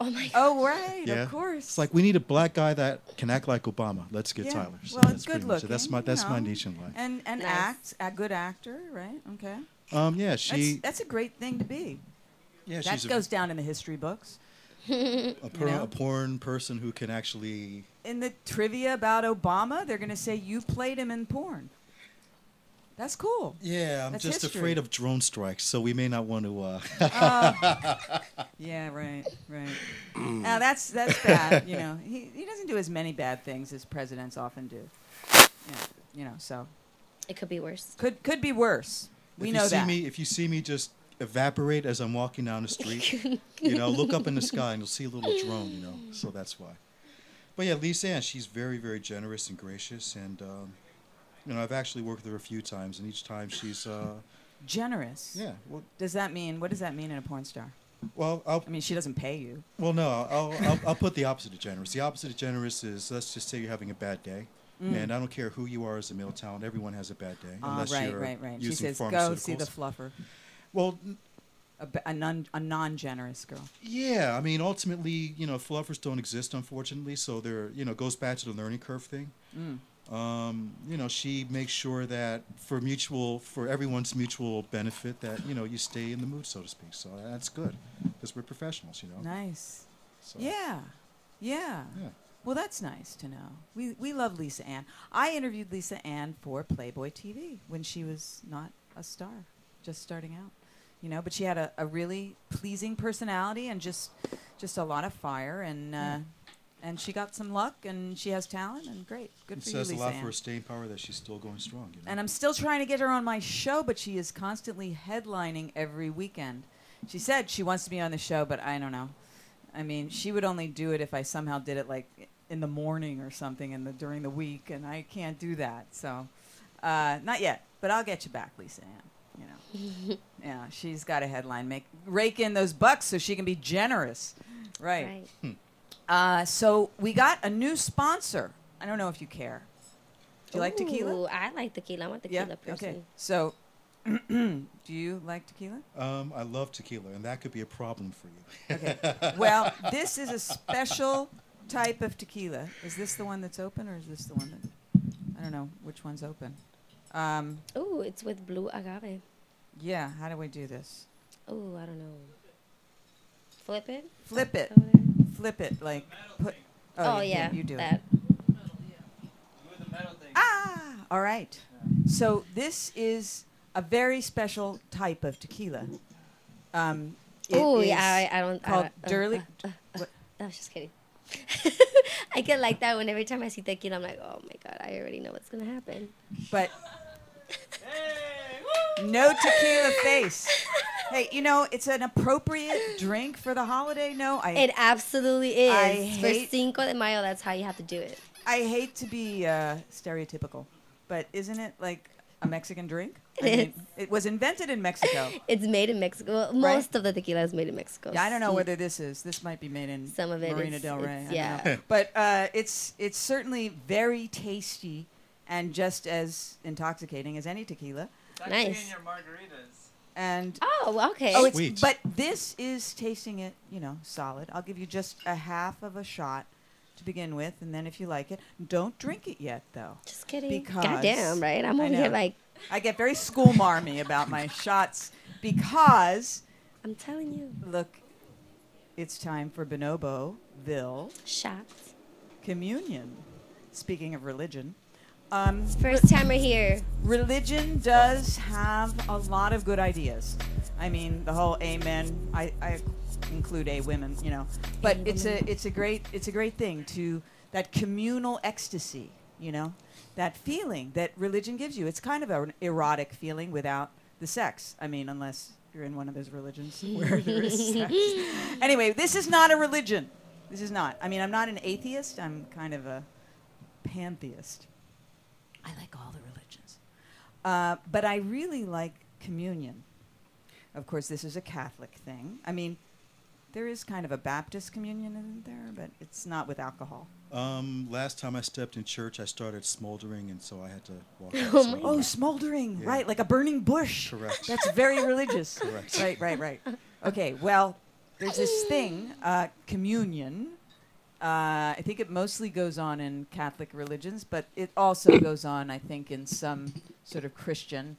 E: Oh my god.
C: Oh, right,
F: Yeah.
C: of course.
F: It's like we need a black guy that can act like Obama. Let's get
C: Yeah.
F: Tyler. So
C: Well, it's
F: that's pretty
C: good
F: much
C: looking.
F: it. That's my
C: you
F: that's my
C: know.
F: niche in life.
C: And and
E: Nice.
C: act, a good actor, right? Okay.
F: Um, yeah,
C: That's,
F: she
C: that's a great thing to be.
F: yeah
C: That
F: she's
C: goes down in the history books.
F: a, a, por-
C: know?
F: a porn person who can actually
C: In the trivia about Obama, they're going to say you played him in porn. That's cool.
F: yeah. I'm
C: That's
F: just
C: history.
F: afraid of drone strikes, so we may not want to. Uh,
C: Yeah, right, right. now that's that's bad. You know, he he doesn't do as many bad things as presidents often do. Yeah, you know, so
E: It could be worse.
C: could could be worse. We
F: if
C: know
F: you see
C: that.
F: me if you see me just evaporate as I'm walking down the street, you know, look up in the sky and you'll see a little drone, you know. So that's why. But yeah, Lisa Ann, she's very, very generous and gracious and um, you know, I've actually worked with her a few times and each time she's uh,
C: Generous.
F: yeah, well,
C: Does that mean what does that mean in a porn star?
F: well I'll
C: I mean, she doesn't pay you.
F: well no, I'll, I'll I'll put the opposite of generous. The opposite of generous is let's just say you're having a bad day. And I don't care who you are as a male talent, everyone has a bad day.
C: Mm. Ah,
F: unless
C: right,
F: you're
C: right, right. She
F: using
C: says, "Go see
F: pharmaceuticals."
C: the fluffer."
F: Well,
C: A, b- a non a non generous girl.
F: Yeah, I mean, ultimately, you know, fluffers don't exist, unfortunately. So they're, you know, it goes back to the learning curve thing.
C: Mm.
F: Um, you know, she makes sure that for mutual, for everyone's mutual benefit, that you know, you stay in the mood, so to speak. So that's good, because we're professionals, you know.
C: Nice.
F: So,
C: Yeah. Yeah.
F: Yeah.
C: Well, that's nice to know. We we love Lisa Ann. I interviewed Lisa Ann for Playboy TV when she was not a star, just starting out. you know. But she had a, a really pleasing personality and just just a lot of fire, and uh, and she got some luck, and she has talent, and great, good
F: it
C: for
F: says
C: you,
F: a
C: Lisa
F: lot
C: Ann.
F: for her staying power that she's still going strong. You know?
C: And I'm still trying to get her on my show, but she is constantly headlining every weekend. She said she wants to be on the show, but I don't know. I mean, she would only do it if I somehow did it like in the morning or something in the, during the week, and I can't do that. So, uh, not yet, but I'll get you back, Lisa Ann. You know, yeah, she's got a headline. Make rake in those bucks so she can be generous, right?
E: Right.
C: Uh, so we got a new sponsor. I don't know if you care. Do you like tequila?
E: Ooh, I like tequila. I'm a tequila person.
C: Okay. So, do you like tequila?
F: Um, I love tequila, and that could be a problem for you.
C: Okay. well, this is a special type of tequila. Is this the one that's open, or is this the one that I don't know which one's open? Um,
E: Ooh, it's with blue agave.
C: yeah. How do we do this?
E: Ooh, I don't know. Flip it.
C: Flip it.
E: Over there?
C: Flip it. Like put.
E: Oh,
C: you-
E: yeah,
C: You do it.
E: that.
C: Ah, all right. So this is a very special type of tequila. Um, it
E: Oh
C: is
E: yeah, I, I don't.
C: called
E: I, don't- uh,
C: Durley.
E: Uh, uh,
C: what-
E: I was just kidding. I get like that when every time I see tequila, I'm like, oh my god, I already know what's gonna happen.
C: but no tequila face. Hey, you know it's an appropriate drink for the holiday. No, I
E: It absolutely is.
C: I
E: For
C: hate-
E: Cinco de Mayo, that's how you have to do it.
C: I hate to be uh, stereotypical, but isn't it like a Mexican drink?
E: It
C: I
E: is. Oh,
C: it was invented in Mexico.
E: It's made in Mexico. Well,
C: Right?
E: Most of the tequila is made in Mexico.
C: Yeah, I don't know
E: Some-
C: whether this is. This might be made in
E: Some of it
C: Marina
E: is-
C: Del Rey.
E: it's-
C: I don't know.
E: yeah.
C: but uh, it's it's certainly very tasty and just as intoxicating as any tequila.
G: actually
E: Nice.
G: in your margaritas.
C: And
E: Oh, okay.
C: Oh, it's,
F: Sweet.
C: but this is tasting it, you know, solid. I'll give you just a half of a shot to begin with, and then if you like it, don't drink it yet, though.
E: just kidding.
C: because-
E: Goddamn, right? I'm
C: I
E: over here
C: know.
E: like,
C: I get very school marmy about my shots because,
E: I'm telling you,
C: look, it's time for Bonoboville
E: shots.
C: communion. Speaking of religion, um,
E: First time we're here.
C: religion does have a lot of good ideas. I mean, the whole amen. I, I include a women, you know, but it's a it's a great it's a great thing to that communal ecstasy, you know, that feeling that religion gives you. It's kind of an erotic feeling without the sex. I mean, unless you're in one of those religions where there is sex. Anyway, this is not a religion. This is not. I mean, I'm not an atheist. I'm kind of a pantheist. I like all the religions. Uh, but I really like communion. Of course, this is a Catholic thing. I mean, there is kind of a Baptist communion in there, but it's not with alcohol.
F: Um, last time I stepped in church, I started smoldering, and so I had to walk. out,
E: Oh
F: so-
E: my
C: Oh, smoldering,
F: Yeah.
C: right, like a burning bush.
F: Correct.
C: That's very religious.
F: Correct.
C: Right, right, right. Okay, well, there's this thing, uh, communion. Uh, I think it mostly goes on in Catholic religions, but it also goes on, I think, in some sort of Christian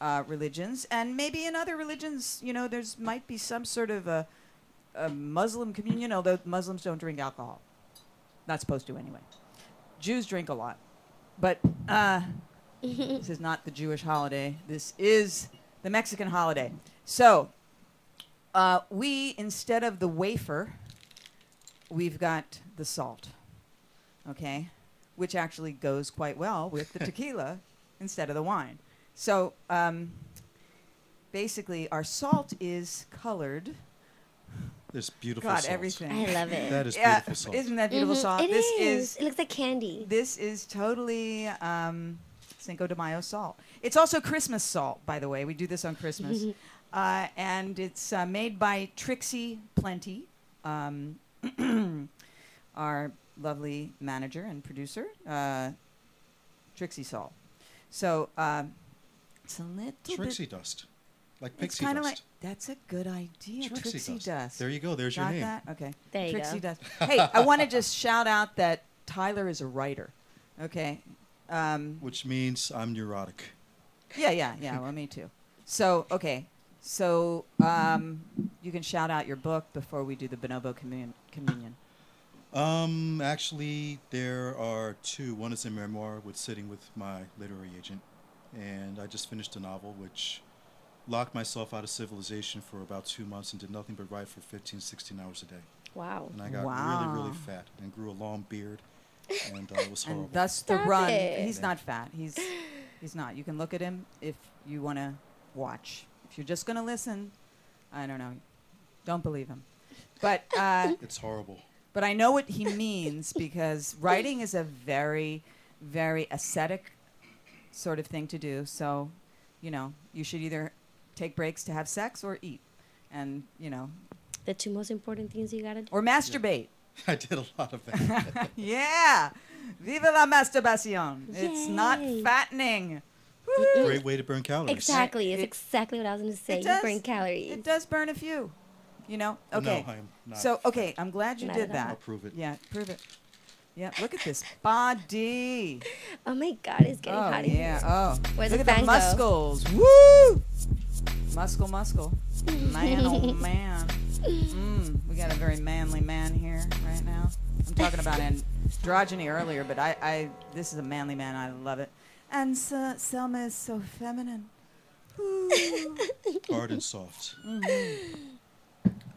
C: uh, religions, and maybe in other religions. You know, there's might be some sort of a, a Muslim communion, although Muslims don't drink alcohol. Not supposed to anyway. Jews drink a lot, but uh, this is not the Jewish holiday. This is the Mexican holiday. So, uh, we, instead of the wafer, we've got the salt, okay? Which actually goes quite well with the tequila instead of the wine. So, um, basically, our salt is colored.
F: There's beautiful.
C: God,
F: salt.
C: everything.
E: I love it.
F: That is
C: yeah,
F: beautiful salt.
C: isn't that beautiful
E: Mhm,
C: salt?
E: it
C: this
E: is.
C: is
E: It looks like candy.
C: this is totally um, Cinco de Mayo salt. It's also Christmas salt, by the way. We do this on Christmas. uh, and it's uh, made by Trixie Plenty, um, our lovely manager and producer, uh, Trixie Salt. So um, it's a little
F: Trixie
C: bit.
F: dust, like
C: It's
F: pixie
C: kind
F: dust.
C: of like that's a good idea. Trixie, dust.
F: There you go. There's your
C: Got
F: name.
C: that? Okay.
E: There you
C: Trixie
E: go.
C: does. Hey, I want to just shout out that Tyler is a writer. Okay. Um,
F: Which means I'm neurotic.
C: yeah, yeah, yeah. Well, me too. So, okay. So, um, you can shout out your book before we do the Bonobo commun- communion.
F: Um, actually, there are two. One is a memoir with sitting with my literary agent, and I just finished a novel which locked myself out of civilization for about two months and did nothing but write for 15, 16 hours a day.
E: Wow.
F: And I got really, really
C: Wow.
F: fat and grew a long beard, and uh, it was horrible.
C: And thus the
E: Stop
C: run.
E: it.
C: He's not fat. He's he's not. You can look at him if you want to watch. If you're just going to listen, I don't know. Don't believe him. But uh,
F: it's horrible.
C: but I know what he means because writing is a very very ascetic sort of thing to do. So, you know, you should either take breaks to have sex or eat and, you know,
E: The two most important things you gotta do.
C: or masturbate.
F: I did a lot of that.
C: Yeah. Viva la masturbación. It's not
E: Yay.
C: fattening. Woo-hoo.
F: Great way to burn calories.
E: Exactly. It's
C: It-
E: exactly what I was gonna say.
C: It
E: You burn
C: does.
E: calories.
C: It does burn a few, you know.
F: No,
C: Okay.
F: I'm not
C: so okay, I'm glad you
E: Not
C: did
E: at all.
C: that.
F: I'll prove it.
C: Yeah, prove it. Yeah, look at this body.
E: Oh my god, it's getting
C: oh
E: hot in
C: yeah. Oh,
E: Where's
C: look
E: the
C: at
E: fan
C: the
E: go?
C: muscles. Woo! Muscle, muscle. Man, oh man. Mm, we got a very manly man here right now. I'm talking about androgyny earlier, but I, I this is a manly man. I love it. And uh, Selma is so feminine. Ooh.
F: Hard and soft.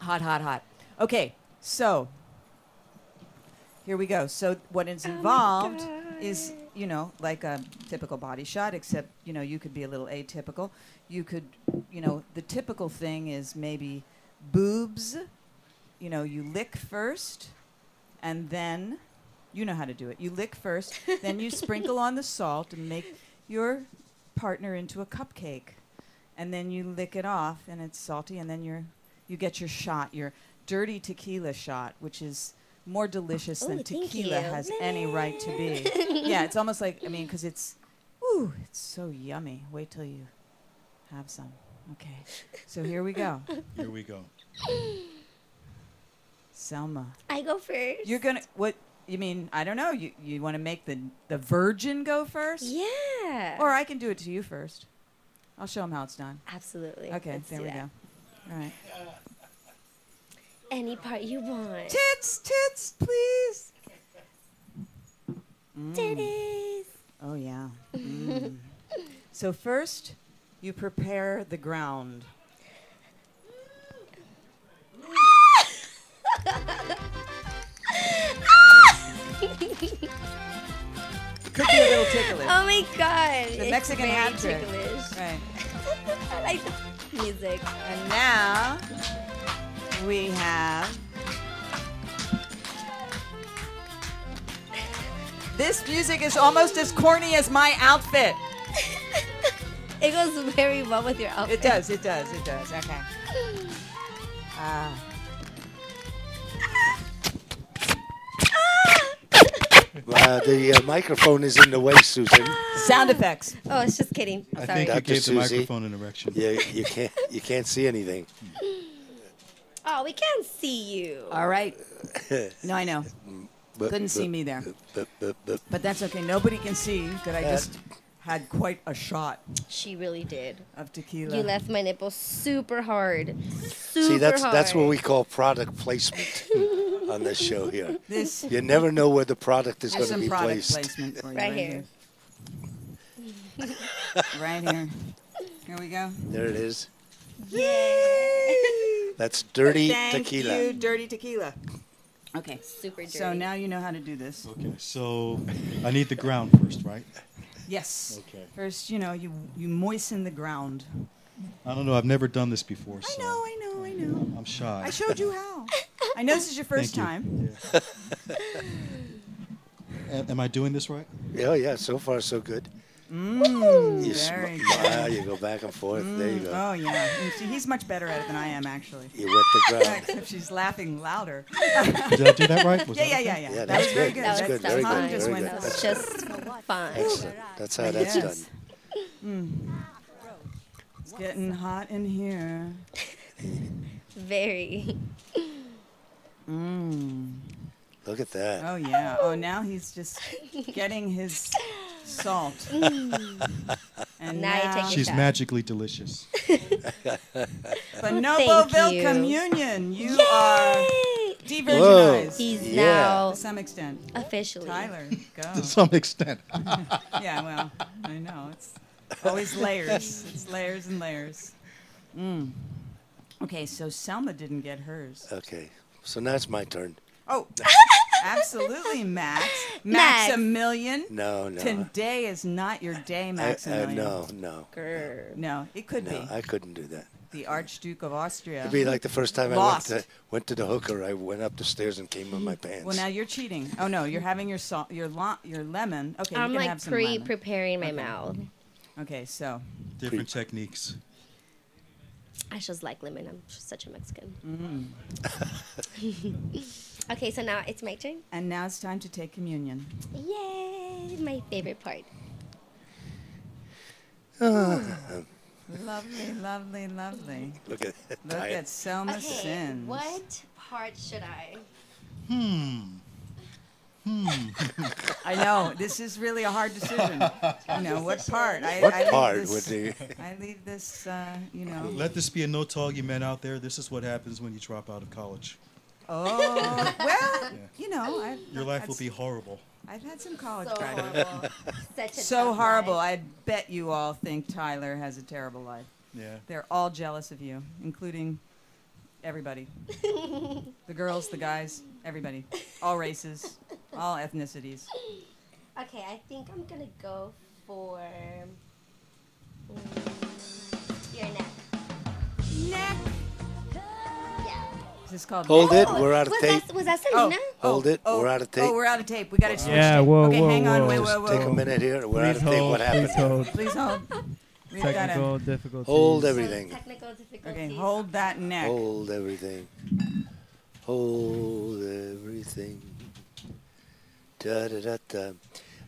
C: Hot, hot, hot. Okay, so here we go. So what is involved is, you know, like a typical body shot, except, you know, you could be a little atypical. You could, you know, the typical thing is maybe boobs. You know, you lick first and then you know how to do it. You lick first, then you sprinkle on the salt and make your partner into a cupcake. And then you lick it off and it's salty and then you're you get your shot, your dirty tequila shot, which is more delicious
E: Ooh,
C: than
E: thank
C: tequila
E: you.
C: has any right to be. yeah, it's almost like I mean cuz it's ooh, it's so yummy. Wait till you have some. Okay. So here we go.
F: Here we go.
C: Selma.
E: I go first.
C: You're going to what you mean, I don't know. You you want to make the the virgin go first?
E: yeah.
C: Or I can do it to you first. I'll show them how it's done.
E: Absolutely.
C: Okay,
E: Let's
C: there
E: do
C: we
E: that.
C: go. All right.
E: Any part you want.
C: Tits, tits, please.
E: Titties.
C: Oh, yeah. Mm. so, first, you prepare the ground. Could be a little ticklish.
E: Oh my god.
C: The
E: it's
C: Mexican
E: very
C: hat trick.
E: ticklish.
C: Right.
E: I like the music.
C: And now we have This music is almost as corny as my outfit.
E: It goes very well with your outfit.
C: It does, it does, it does. Okay. Uh,
E: Ah!
D: Uh, the uh, microphone is in the way, Susan.
C: sound effects.
E: Oh, it's just kidding. I'm
F: I
E: sorry.
F: think you
D: Dr.
F: gave the
D: Susie.
F: microphone an erection.
D: You, you can't you can't see anything.
E: Oh, we can't see you.
C: All right. No, I know.
D: But,
C: Couldn't see me there.
D: But, but, but,
C: But that's okay. Nobody can see that I just had quite a shot
E: She really did.
C: of tequila.
E: You left my nipple super hard. Super
D: see, that's
E: hard.
D: that's what we call product placement on this show here.
C: This
D: You never know where the product is
C: There's
D: going to
C: some
D: be
C: product
D: placed.
C: placement for you
E: Right here.
C: here. right here. Here we go.
D: There it is.
E: Yeah.
D: That's dirty
C: Thank
D: tequila.
C: you, dirty tequila. Okay.
E: super dirty.
C: So now you know how to do this.
F: Okay, so I need the ground first, right?
C: Yes.
F: Okay.
C: First, you know, you you moisten the ground.
F: I don't know. I've never done this before, so
C: I know, I know.
F: I'm shy.
C: I showed you how. I know this is your first
F: Thank
C: time.
F: A- Am I doing this right?
D: Yeah, Oh, yeah. So far, so good.
C: Mmm.
D: You sm-
C: Very good.
D: ah, you go back and forth. there you go.
C: Oh yeah. And see, he's much better at it than I am actually.
D: You wet the ground.
C: Except she's laughing louder.
F: Did I do that right? Was
C: Yeah,
F: that
C: yeah,
F: okay?
C: yeah, yeah.
D: Yeah,
C: that
D: that's
C: was very
D: good.
C: good.
E: that was,
D: That's good,
E: that
D: very
E: was
D: good,
E: fine.
C: Mine just
D: very
C: went.
D: good.
E: That
D: That's
E: was just fine.
D: Excellent. That's how that's
C: Yes.
D: done.
C: It's getting hot in here.
E: Very.
C: Mm.
D: Look at that.
C: Oh yeah. Oh, now he's just getting his salt. and
E: Mm. Now you take your
F: She's
E: shot.
F: magically delicious.
C: Bonoboville
E: you.
C: Communion. You are
E: Yay!
C: de-virginized
E: He's
D: Oh.
C: to
D: Yeah.
E: now
C: some extent.
E: officially.
C: Tyler, go.
F: To some extent.
C: yeah, well, I know it's always layers. It's layers and layers. Okay, so Selma didn't get hers.
D: Okay, so now it's my turn.
C: Oh, absolutely, Max.
E: Max.
C: Maximilian.
D: No, no.
C: Today is not your day,
D: I, I,
C: Maximilian.
D: no, no.
E: Grr.
C: No, it could
D: No,
C: be.
D: I couldn't do that.
C: the Archduke of Austria.
D: It'd be like the first time
C: Lost.
D: I went to went to the hooker. I went up the stairs and came in my pants.
C: well, now you're cheating. Oh no, you're having your salt, your lo- your lemon. Okay,
E: I'm
C: you can
E: like
C: have some
E: pre
C: lemon.
E: preparing my mouth.
C: Okay, so
F: Different techniques.
E: I just like lemon. I'm just such a Mexican.
C: Mm.
E: okay, so now it's my turn.
C: and now it's time to take communion.
E: Yay! My favorite part.
C: Lovely, lovely, lovely.
D: Look at
C: Look
D: I-
C: at Selma
E: Okay,
C: Sins.
E: what part should I?
F: Hmm.
C: I know this is really a hard decision. you know what part? I,
D: What
C: I leave
D: part
C: this-
D: would the
C: I leave this, uh, you know.
F: Let this be a note to all you men out there. This is what happens when you drop out of college.
C: Oh well, you know, I've,
F: Your life will be horrible.
C: I've had some college
E: So
C: graduates.
E: horrible. Such a
C: So
E: tough
C: horrible.
E: life.
C: I bet you all think Tyler has a terrible life.
F: Yeah.
C: They're all jealous of you, including everybody. the girls, the guys, everybody. All races, all ethnicities.
E: Okay, I think I'm gonna go for mm, your neck.
C: Neck.
E: Yeah.
C: Is this called
D: Hold
C: neck?
D: it. We're out of
E: Oh, was
D: tape.
E: That, was that
C: Oh,
E: Selena?
D: Hold it.
C: oh,
D: We're out of tape.
C: Oh, we're out of tape. We got to switch
G: Yeah,
C: tape.
G: whoa,
C: okay,
G: whoa,
C: hang on.
G: whoa.
C: Wait,
G: Just
C: wait, wait.
D: Take a minute here. We're out
G: Please
D: of tape.
G: hold,
D: What
G: Oh, please
D: happened? Oh.
G: hold.
C: Please hold. We've got to.
G: Technical difficulties.
D: Hold
E: So
D: everything.
E: Technical difficulties.
C: Okay, hold that neck.
D: Hold everything. Hold everything. Da da da da.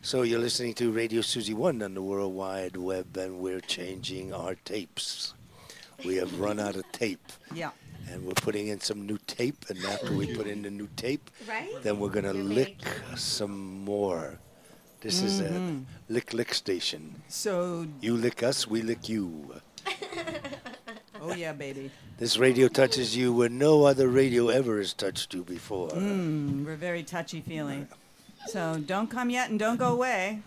D: So you're listening to Radio Suzy One on the World Wide Web, and we're changing our tapes. We have run out of tape,
C: Yeah.
D: and we're putting in some new tape. And after we put in the new tape,
E: Right?
D: then we're gonna
E: You're
D: lick some more. This is
C: Mm-hmm.
D: a lick lick station.
C: So,
D: You lick us, we lick you.
C: oh yeah, baby.
D: This radio touches you where no other radio ever has touched you before.
C: Mm, we're very touchy feely. So don't come yet and don't go away.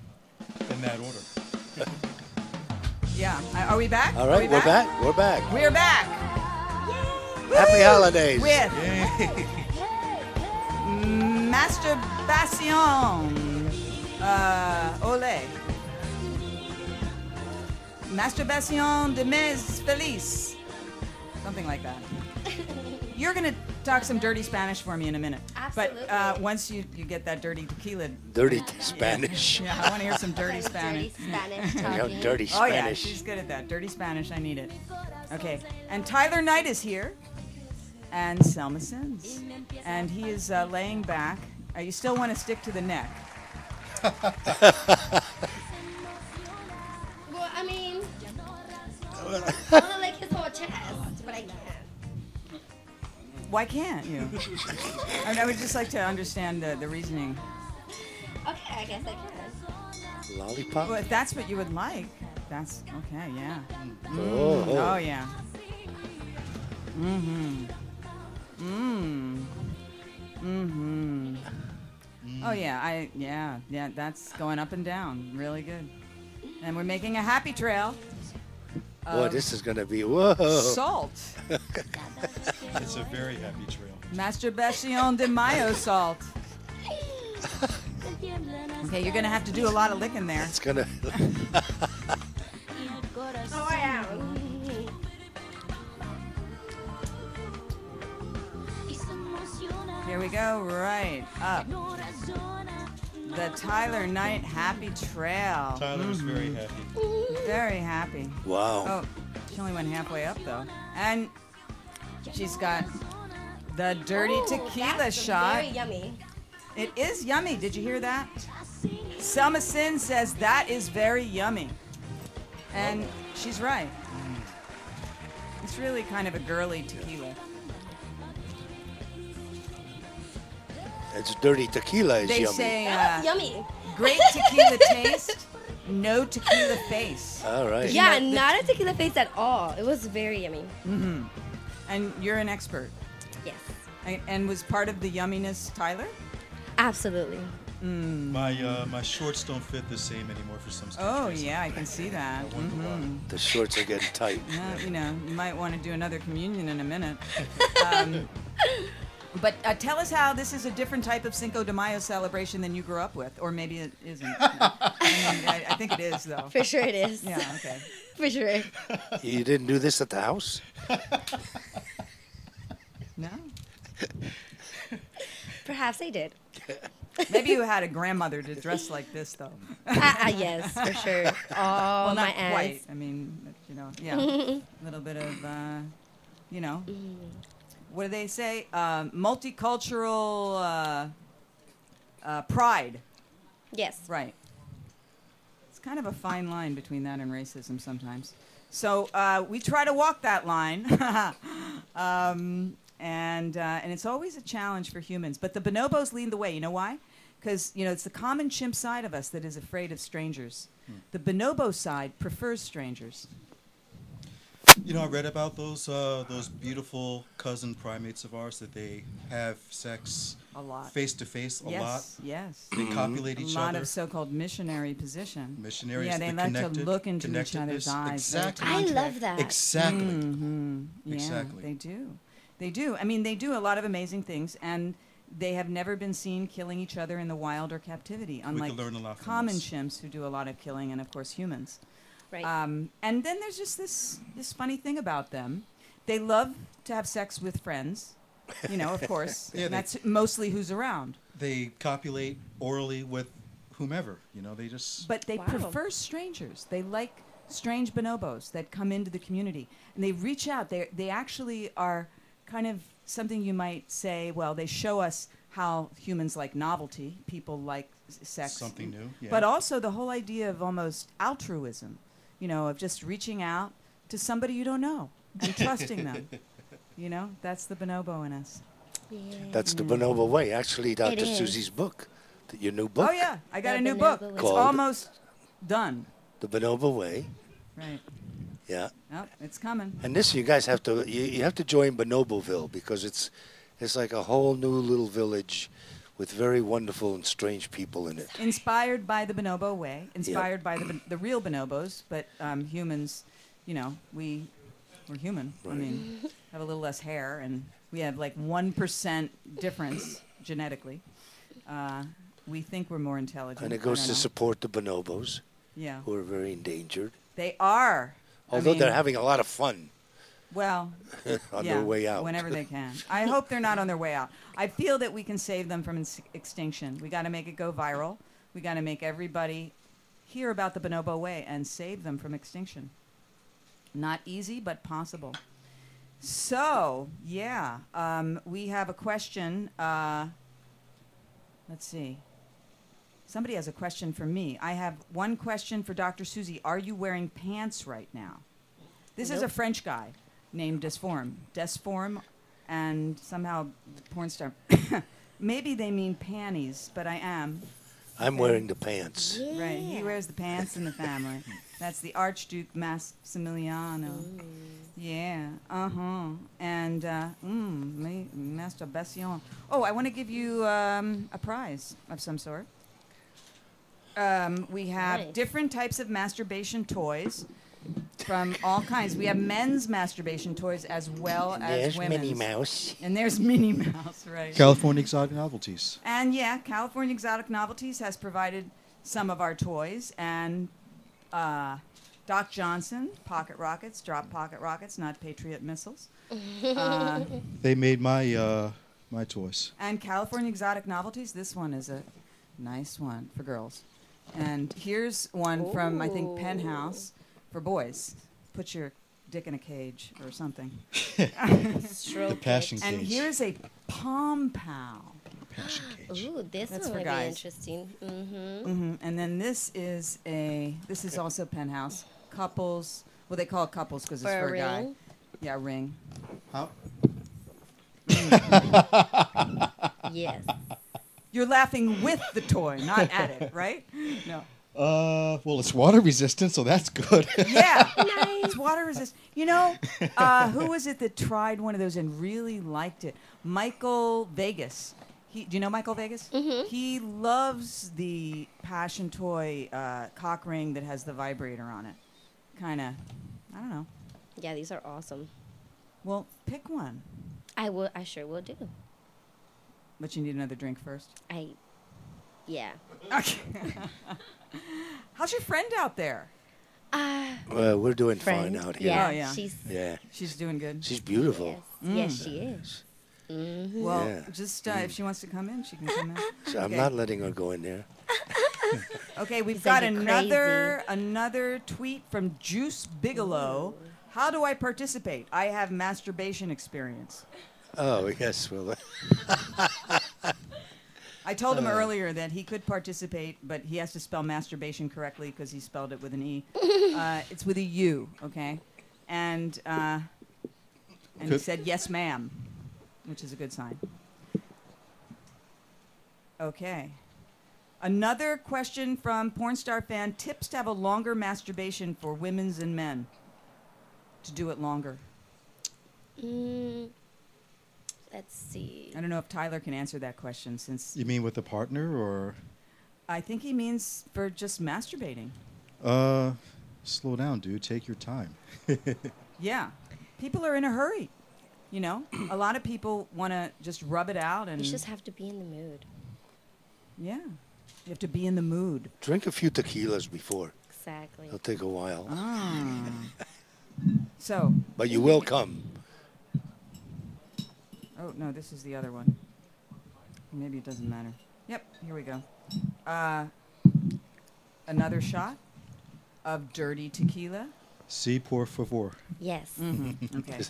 F: In that order.
C: Yeah. I- Are we back?
D: All
C: Are
D: right,
C: we
D: we're back. We're back.
C: We're back
D: Happy holidays.
C: with masturbation. Uh, ole. Masturbation de mes feliz. Something like that. You're going to talk some dirty Spanish for me in a minute. But uh,
E: Absolutely.
C: once you, you get that dirty tequila,
D: Dirty Spanish.
C: yeah, I want to hear some dirty
E: Some
C: Spanish.
E: Dirty Spanish
D: You know,
E: talking.
D: dirty
C: Oh, yeah,
D: Spanish.
C: she's good at that. Dirty Spanish, I need it. Okay, and Tyler Knight is here, and Selma Sins. And he is uh, laying back. Uh, you still want to stick to the neck.
E: Well, I mean, I wanna lick his whole chest, but I can't.
C: Why can't you? I, mean, I would just like to understand the, the reasoning.
E: Okay, I guess I can.
D: Lollipop.
C: Well, if that's what you would like, that's okay, yeah.
D: Oh, oh.
C: Oh, yeah. Mm-hmm. Mm hmm. Mm hmm. Mm hmm. Oh, yeah. I, yeah. Yeah. That's going up and down. Really good. And we're making a happy trail.
D: Boy,
C: of
D: this is going to be whoa.
C: Salt.
F: It's a very happy trail.
C: Masturbation de mayo salt. Okay, you're going to have to do a lot of licking there.
D: It's going to.
E: Oh, I am.
C: Here we go. Right up. The Tyler Knight happy trail.
F: Tyler is very
C: Mm-hmm.
F: happy.
C: Very happy.
D: Wow.
C: Oh, she only went halfway up though, and she's got the dirty
E: Ooh,
C: tequila
E: that's
C: shot.
E: Very yummy.
C: It is yummy. Did you hear that? Selma Sin says that is very yummy, and she's right. It's really kind of a girly tequila.
D: It's dirty tequila is
C: They
D: yummy.
C: say
E: That was
C: uh,
E: yummy.
C: great tequila taste, no tequila face.
D: All right.
E: Yeah,
C: know, the-
E: not a tequila face at all. It was very yummy.
C: And you're an expert.
E: Yes,
C: And- And was part of the yumminess, Tyler?
E: absolutely.
F: My uh, my shorts don't fit the same anymore for some strange
C: Oh,
F: reason.
C: yeah, Mm-hmm. I can see that.
F: I wonder why.
D: The shorts are getting tight.
C: Yeah, Uh, you know, you might want to do another communion in a minute. Um, but uh, tell us how this is a different type of Cinco de Mayo celebration than you grew up with, or maybe it isn't. No. I, mean, I, I think it is, though.
E: For sure it is.
C: Yeah, okay.
E: For sure.
D: You didn't do this at the house?
C: No?
E: Perhaps I did.
C: Maybe you had a grandmother to dress like this, though.
E: Ah, ah, yes, for sure. Oh,
C: well,
E: my
C: not quite.
E: aunts.
C: I mean, but, you know, yeah, a little bit of, uh, you know,
E: Mm-hmm.
C: what do they say? Uh, multicultural uh, uh, pride.
E: Yes.
C: Right. It's kind of a fine line between that and racism sometimes. So uh, we try to walk that line. um, and, uh, and it's always a challenge for humans. But the bonobos lead the way. You know why? Because you know it's the common chimp side of us that is afraid of strangers.
F: Hmm.
C: The bonobo side prefers strangers.
F: You know, I read about those uh, those beautiful cousin primates of ours that they have sex
C: A lot.
F: face to face a
C: yes,
F: lot.
C: yes.
F: They copulate
C: A
F: each
C: lot
F: other.
C: of so-called missionary position.
F: Missionaries.
C: Yeah, they
F: the
C: like to
F: connected-
C: look into each other's
F: connectedness.
C: eyes. They like to
F: Exactly.
E: I love that.
F: Exactly.
C: Mm-hmm. Yeah,
F: Exactly.
C: they do. They do. I mean, they do a lot of amazing things, and they have never been seen killing each other in the wild or captivity, unlike
F: learn a lot from
C: common
F: this.
C: chimps who do a lot of killing, and of course humans.
E: Right.
C: Um, and then there's just this this funny thing about them. They love to have sex with friends, you know. Of course,
F: Yeah,
C: and
F: they-
C: that's mostly who's around.
F: They copulate orally with whomever. You know, they just.
C: But they
E: Wow.
C: prefer strangers. They like strange bonobos that come into the community and they reach out. They they actually are kind of something you might say. Well, they show us how humans like novelty. People like s- sex.
F: Something new, yeah.
C: But also the whole idea of almost altruism. You know, of just reaching out to somebody you don't know and trusting them. You know, that's the bonobo in us.
E: Yeah.
D: That's the bonobo way. Actually, Dr.
E: is.
D: Susie's book, th- your new book,
C: Oh yeah, I got
E: The
C: a new
E: bonobo
C: book.
E: way.
C: It's
D: Called-
C: almost done.
D: The Bonobo Way.
C: Right.
D: Yeah.
C: Oh, it's coming.
D: And this, you guys have to you, you have to join Bonoboville because it's it's like a whole new little village with very wonderful and strange people in it.
C: inspired by the bonobo way, inspired by the, bon- the real bonobos, but um, humans, you know, we we're human. I
D: Right.
C: mean, have a little less hair, and we have like one percent difference genetically. Uh, we think we're more intelligent.
D: And
C: I
D: it goes
C: don't
D: to
C: know.
D: support the bonobos
C: yeah,
D: who are very endangered.
C: they are. I
D: Although they're
C: mean,
D: having a lot of fun
C: well,
D: on
C: yeah,
D: their way out.
C: whenever they can. I hope they're not on their way out. I feel that we can save them from ins- extinction. We got to make it go viral. We got to make everybody hear about the bonobo way and save them from extinction. Not easy, but possible. So, yeah, um, we have a question. Uh, let's see. Somebody has a question for me. I have one question for Dr. Susie. Are you wearing pants right now? This is a French guy named Desform. Desform and somehow porn star. Maybe they mean panties, but I am.
D: I'm wearing the pants.
C: Right. He wears the pants in the family. That's the Archduke Maximiliano. Yeah. Uh huh. And uh, mm, me, Master Bastien. Oh, I want to give you um, a prize of some sort. Um, we have
E: Nice.
C: different types of masturbation toys from all kinds. We have men's masturbation toys as well as
D: There's
C: women's.
D: Minnie Mouse.
C: And there's Minnie Mouse, right?
F: California exotic novelties.
C: And yeah, California Exotic Novelties has provided some of our toys, and uh, Doc Johnson, Pocket Rockets, drop Pocket Rockets, not Patriot missiles. Uh,
F: They made my uh, my toys.
C: and California Exotic Novelties, this one is a nice one for girls. And here's one from, I think, Penthouse for boys. Put your dick in a cage or something.
F: The passion
C: And
F: cage.
C: here's a Pom Pal.
F: passion cage.
E: Ooh, this
C: That's
E: one
C: for
E: would
C: guys.
E: be interesting. Mm-hmm.
C: hmm And then this is a this is also penthouse couples. Well, they call it couples because it's
E: For a
C: for a guy.
E: ring?
C: Yeah, ring.
F: How?
E: Yes.
C: You're laughing with the toy, not at it, right? No.
F: Uh, well, it's water resistant, so that's good.
C: Yeah. It's water resistant. You know, uh, who was it that tried one of those and really liked it? Michael Vegas. He, do you know Michael Vegas?
E: Mm-hmm.
C: He loves the passion toy uh, cock ring that has the vibrator on it. Kind of, I don't know.
E: Yeah, these are awesome.
C: Well, pick one,
E: I will. I sure will do.
C: but you need another drink first.
E: I, yeah.
C: Okay. How's your friend out there?
E: Ah,
D: Well, we're doing
E: friend.
D: fine out here.
E: Yeah, Mm.
C: Oh, yeah.
E: she's
D: Yeah.
C: She's doing good.
D: She's
E: yes,
D: beautiful.
E: yes, she is.
C: Well,
D: Yeah.
C: just uh, if she wants to come in, she can come in.
D: So I'm
C: Okay.
D: not letting her go in there.
C: Okay, we've
E: said
C: got
E: you're
C: another another tweet from Juice Bigelow. How do I participate? I have masturbation experience.
D: Oh, yes. Well,
C: I told him earlier that he could participate, but he has to spell masturbation correctly because he spelled it with an e. uh, it's with a u, okay? And uh, and he
F: Could-
C: said yes, ma'am, which is a good sign. Okay. Another question from porn star fan: Tips to have a longer masturbation for women's and men to do it longer.
E: Mm, let's see.
C: I don't know if Tyler can answer that question since
F: You mean with a partner or
C: I think he means for just masturbating.
F: uh slow down, dude, take your time.
C: Yeah. People are in a hurry. You know, a lot of people want to just rub it out and
E: You just have to be in the mood.
C: yeah. You have to be in the mood.
D: drink a few tequilas before.
E: Exactly.
D: It'll take a while.
C: Oh. So,
D: But you will come.
C: oh no, this is the other one. Maybe it doesn't matter. Yep, here we go. Uh, another shot of dirty tequila.
F: See por favor.
E: Yes.
C: Okay.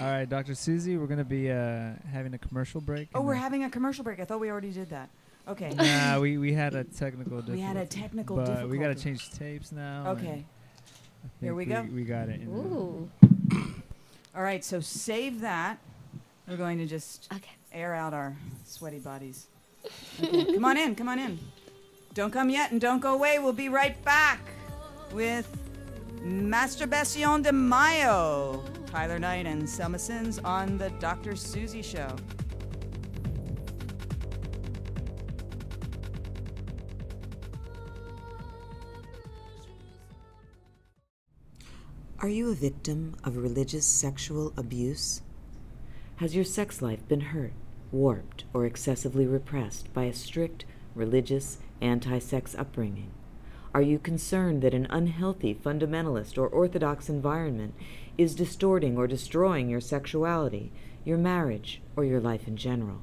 G: All right, Dr. Susie, we're going to be uh, having a commercial break.
C: oh,
G: and
C: we're
G: then-
C: having a commercial break. I thought we already did that. Okay.
G: Nah, we, we had a technical difficulty.
C: We had a technical
G: but
C: difficulty.
G: we got to change tapes now. and
C: Okay.
G: I
C: Here
G: think
C: we go.
G: We got it. in there.
E: Ooh.
C: All right, so save that. We're going to just
E: Okay.
C: air out our sweaty bodies. Okay, come on in, come on in. Don't come yet and don't go away. We'll be right back with Masturbation de Mayo, Tyler Knight and Selma Sins on the Dr. Susie Show.
A: Are you a victim of religious sexual abuse? Has your sex life been hurt, warped, or excessively repressed by a strict, religious, anti sex upbringing? Are you concerned that an unhealthy, fundamentalist, or orthodox environment is distorting or destroying your sexuality, your marriage, or your life in general?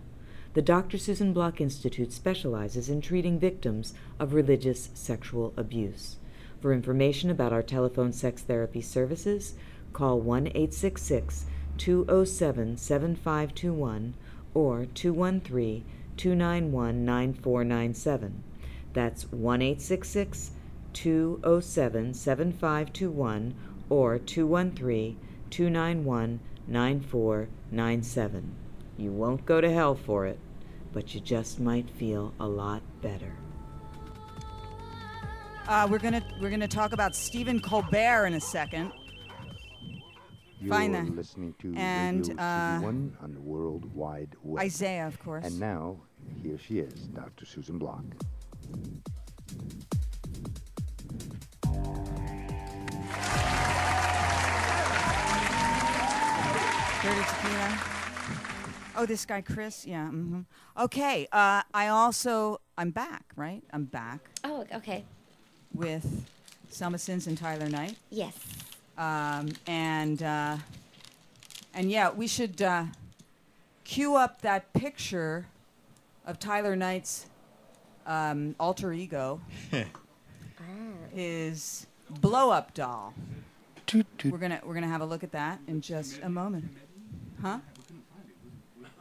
A: The Dr. Susan Block Institute specializes in treating victims of religious sexual abuse. For information about our telephone sex therapy services, call 1 866 207 7521 or 213 291 9497. That's 1 866 207 7521 or 213 291 9497. You won't go to hell for it, but you just might feel a lot better.
C: Uh, we're gonna we're gonna talk about Stephen Colbert in a second.
B: You're
C: Fine then.
B: listening to
C: And,
B: Radio
C: uh,
B: 61 on the World Wide Web.
C: Isaiah, of course.
B: And now, here she is, Dr. Susan Block.
C: Dirty tequila. Oh, this guy Chris. Yeah. hmm Okay. Uh, I also I'm back. Right. I'm back
E: Oh, okay.
C: with Selma Sins and Tyler Knight.
E: Yes.
C: Um, and uh, and yeah, we should uh, cue up that picture of Tyler Knight's um, alter ego, his blow up doll. We're gonna we're gonna have a look at that in just a moment, huh?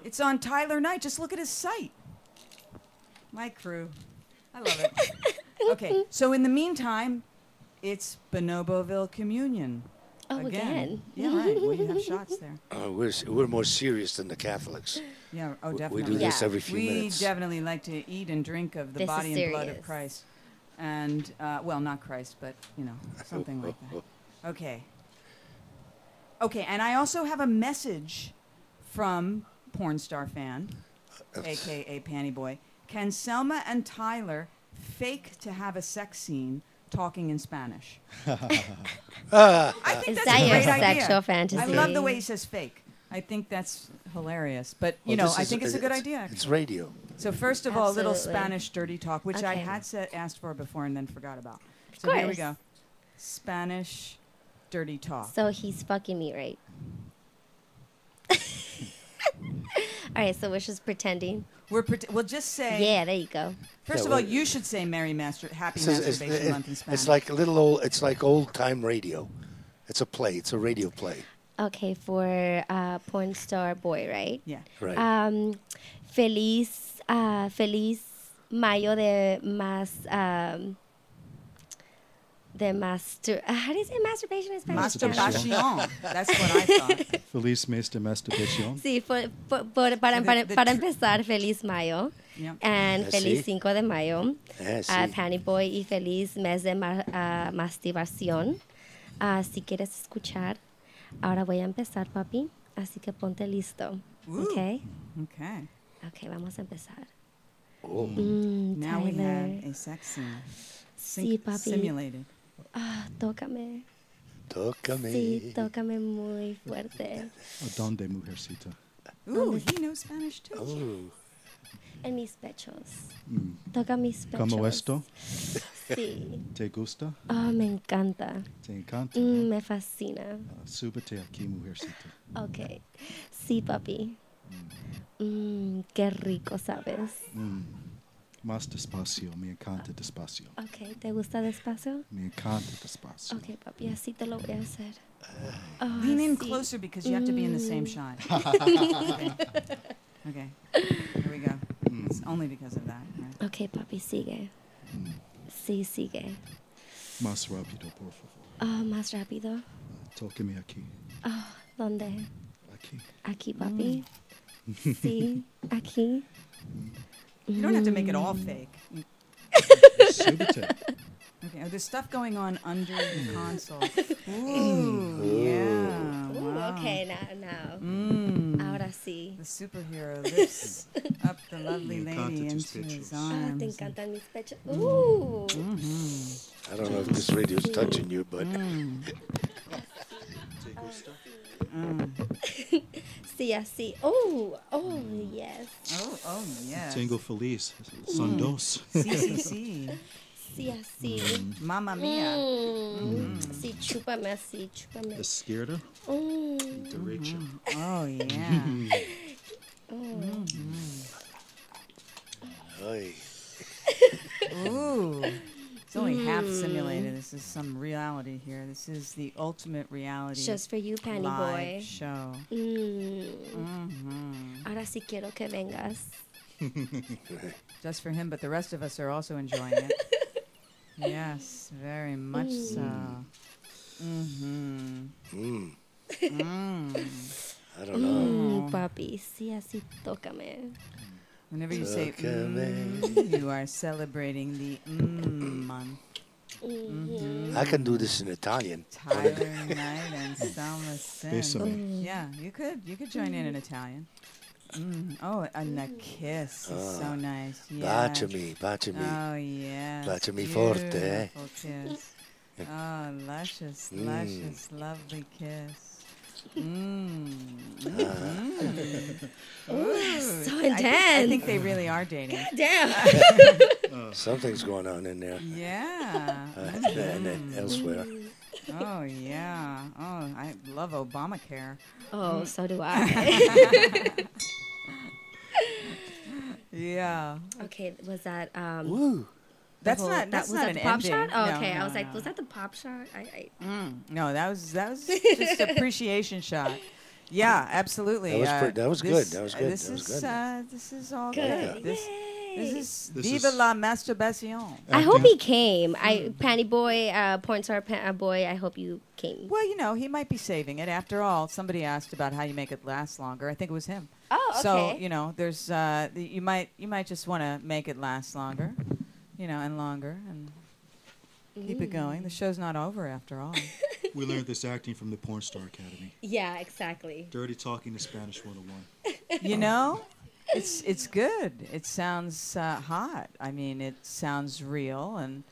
C: It's on Tyler Knight. Just look at his site. My crew, I love it. okay, so in the meantime, it's Bonoboville Communion.
E: Oh, again.
C: Yeah, right. Well, you have shots there.
D: Uh, we're, s- we're more serious than the Catholics.
C: Yeah. Oh,
D: We
C: definitely.
D: do this
E: Yeah.
D: every few
C: we
D: minutes.
C: definitely like to eat and drink of the
E: This is
C: body and blood of
E: serious.
C: Christ, and uh, well, not Christ, but you know, something like that. Okay. Okay, and I also have a message from porn star fan aka Panty Boy, can Selma and Tyler fake to have a sex scene talking in Spanish? I think
E: Is
C: that's
E: that
C: a
E: your
C: great idea.
E: sexual fantasy?
C: I love the way he says fake. I think that's hilarious. But you
D: Well,
C: know,
D: this
C: I
D: is-
C: think it's a good idea.
D: It's
C: actually.
D: radio.
C: So first of all, a little
E: Absolutely.
C: Spanish dirty talk, which I
E: Okay.
C: had said, asked for before and then forgot about. So here we
E: course.
C: go. Spanish dirty talk.
E: So he's fucking me, right? All right, so we're just pretending.
C: We're pret we'll just say.
E: Yeah, there you go.
C: First
D: Yeah,
C: of all,
D: well-
C: you should say "Merry Master Happy
D: It's, it's-
C: Masturbation
D: it-
C: Month" in Spanish.
D: it's like a little old. It's like old time radio. It's a play. It's a radio play.
E: Okay, for uh, porn star boy, right?
C: yeah.
D: Right.
E: Um, feliz, uh, feliz mayo de mas, um, de master. uh, how do you say masturbation in Spanish?
C: Masturbation. That's what I thought.
F: Feliz mes de masturbación.
E: Sí, por, por, por- para,
C: The-
E: para,
C: the
E: para
C: tr-
E: empezar, feliz mayo.
C: Yeah.
E: And
D: I see.
E: feliz 5 de mayo.
D: Ah,
E: Ah,
D: sí.
E: Panty Boy y feliz mes de ma- ah, masturbación. Ah, si quieres escuchar, ahora voy a empezar, papi. Así que ponte listo.
C: Ooh.
E: Okay?
C: Okay.
E: Okay, vamos a empezar.
D: Oh.
E: Mm,
C: Now we
E: Tyler,
C: have a sex scene.
E: Sí, papi.
C: Simulated.
E: ah, tócame.
D: Tócame.
E: Sí, tócame muy fuerte.
F: Donde mujercita.
C: Ooh, he knows Spanish too.
D: Ooh.
E: En mis pechos. Toca mis pechos.
F: Como esto.
E: Sí.
F: Te gusta.
E: Oh, me encanta.
F: Te encanta.
E: Mm, me fascina.
F: Ah, Súbete aquí, mujercita.
E: Ok. Sí, papi. Mm, qué rico, ¿sabes?
F: mm. Más despacio. Me encanta despacio.
E: Ok, ¿te gusta despacio?
F: Me encanta despacio.
E: Ok, papi, así te lo voy a hacer. Oh, Mm.
C: Lean in
E: sí.
C: closer because you have to be in the same shot. okay. Here we go. It's
F: Mm,
C: only because of that. Right?
E: Ok, papi, sigue. Sí, sigue.
F: Más rápido, por favor.
E: Oh, más rápido.
F: Tócame aquí.
E: ¿Dónde?
F: Aquí.
E: Aquí, papi. Sí, aquí.
C: You don't have to make it all
E: Mm.
C: fake. You-
F: Súbete.
C: Okay. Oh, there's stuff going on under
E: Mm.
C: the console. Ooh. Yeah.
E: Ooh,
C: Ah, wow.
E: Uh, ok, now, now.
C: Mm.
E: Ahora sí.
C: The superhero lifts up the lovely
F: You can't
C: lady into
F: do
C: his
F: pictures.
E: Ah,
C: arms.
E: te encantan mis pechos.
C: Mm.
E: Uh, Ooh.
D: I don't know if this radio's touching you, but
E: Sí, así. Oh, oh, yes.
C: Oh, oh yeah.
F: Tengo feliz.
E: Mm.
F: Son dos.
C: CCC.
E: Sí, así.
C: Mm. Mamma mia.
E: Mm. Sí, chúpame así, chúpame.
F: Izquierda.
E: Mm.
F: Derecha.
C: Oh yeah.
D: Ay.
C: Ooh. It's only half
E: Mm.
C: simulated. This is some reality here. This is the ultimate reality
E: Just for you, Panty
C: live
E: Boy.
C: show.
E: Mm.
C: Mm-hmm.
E: Ahora sí quiero que vengas.
C: Just for him, but the rest of us are also enjoying it. yes, very much so. Mm-hmm.
D: Mm.
C: Mm.
D: I don't know.
E: Mm, papi, sí, así tócame.
C: Whenever you say
D: Tócame.
C: mm, you are celebrating the mm month. Mm-hmm.
D: I can do this in Italian.
C: Tyler Knight and Selma Sin.
F: Bésame.
C: Yeah, you could you could join in in Italian. Mm. Oh, and the kiss is so nice. Yeah.
D: Bacciami, bacciami.
C: Oh yeah.
D: Baciami forte, eh?
C: Kiss. Oh, luscious, luscious, lovely kiss. Mm.
E: So
C: I, think, I
E: intense.
C: think they really are dating.
E: Damn.
D: Something's going on in there
C: Yeah.
D: uh, and,
C: mm.
D: and elsewhere.
C: Oh yeah. Oh, I love Obamacare.
E: Oh, so do I.
C: Yeah.
E: okay, was that um?
D: Woo.
E: the
C: That's
E: whole-
C: not that's
E: was
C: not
E: that
C: an
E: the pop
C: ending.
E: shot. Oh,
C: No,
E: okay, I
C: no,
E: was like,
C: no.
E: was that the pop shot? I, I
C: Mm, no, that was that was just appreciation shot. Yeah, absolutely.
D: That was
C: uh,
D: pretty- that was good,
C: this-
D: that was
C: uh,
D: good,
C: This
D: that was
C: is
D: good.
C: Uh, this is all good.
D: Good.
C: This, this is
F: This
C: viva
F: is-
C: la masturbation.
E: I hope
F: Acting.
E: he came.
C: Hmm.
E: I panty boy, uh, porn star pa- uh, boy. I hope you came.
C: Well, you know, he might be saving it. After all, somebody asked about how you make it last longer. I think it was him.
E: Oh,
C: So
E: okay.
C: you know, there's uh, th- you might you might just want to make it last longer, you know, and longer and keep it going. The show's not over after all.
F: We learned this acting from the Porn Star Academy.
E: Yeah, exactly.
F: oh Dirty Talking to Spanish 101.
C: you know, it's it's good. It sounds uh, hot. I mean, it sounds real, and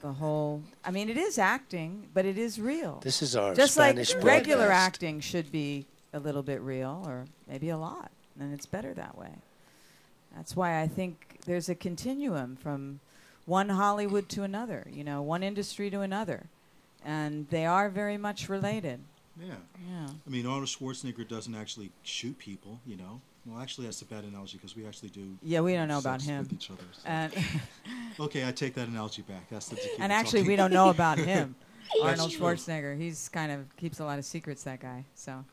C: the whole. I mean, it is acting, but it is real.
D: This is our
C: just
D: Spanish
C: like regular
D: broadcast.
C: acting should be a little bit real, or maybe a lot, and it's better that way. That's why I think there's a continuum from one Hollywood to another. You know, one industry to another, and they are very much related.
F: Yeah.
C: Yeah.
F: I mean, Arnold Schwarzenegger doesn't actually shoot people, you know. Well, actually, that's a bad analogy because we actually do.
C: Yeah, we don't know about
F: sex
C: him.
F: With each other, so.
C: And
F: okay, I take that analogy back. That's the tequila
C: and actually,
F: talking.
C: we don't know about him. Arnold
F: true.
C: Schwarzenegger. He's kind of keeps a lot of secrets. That guy. So,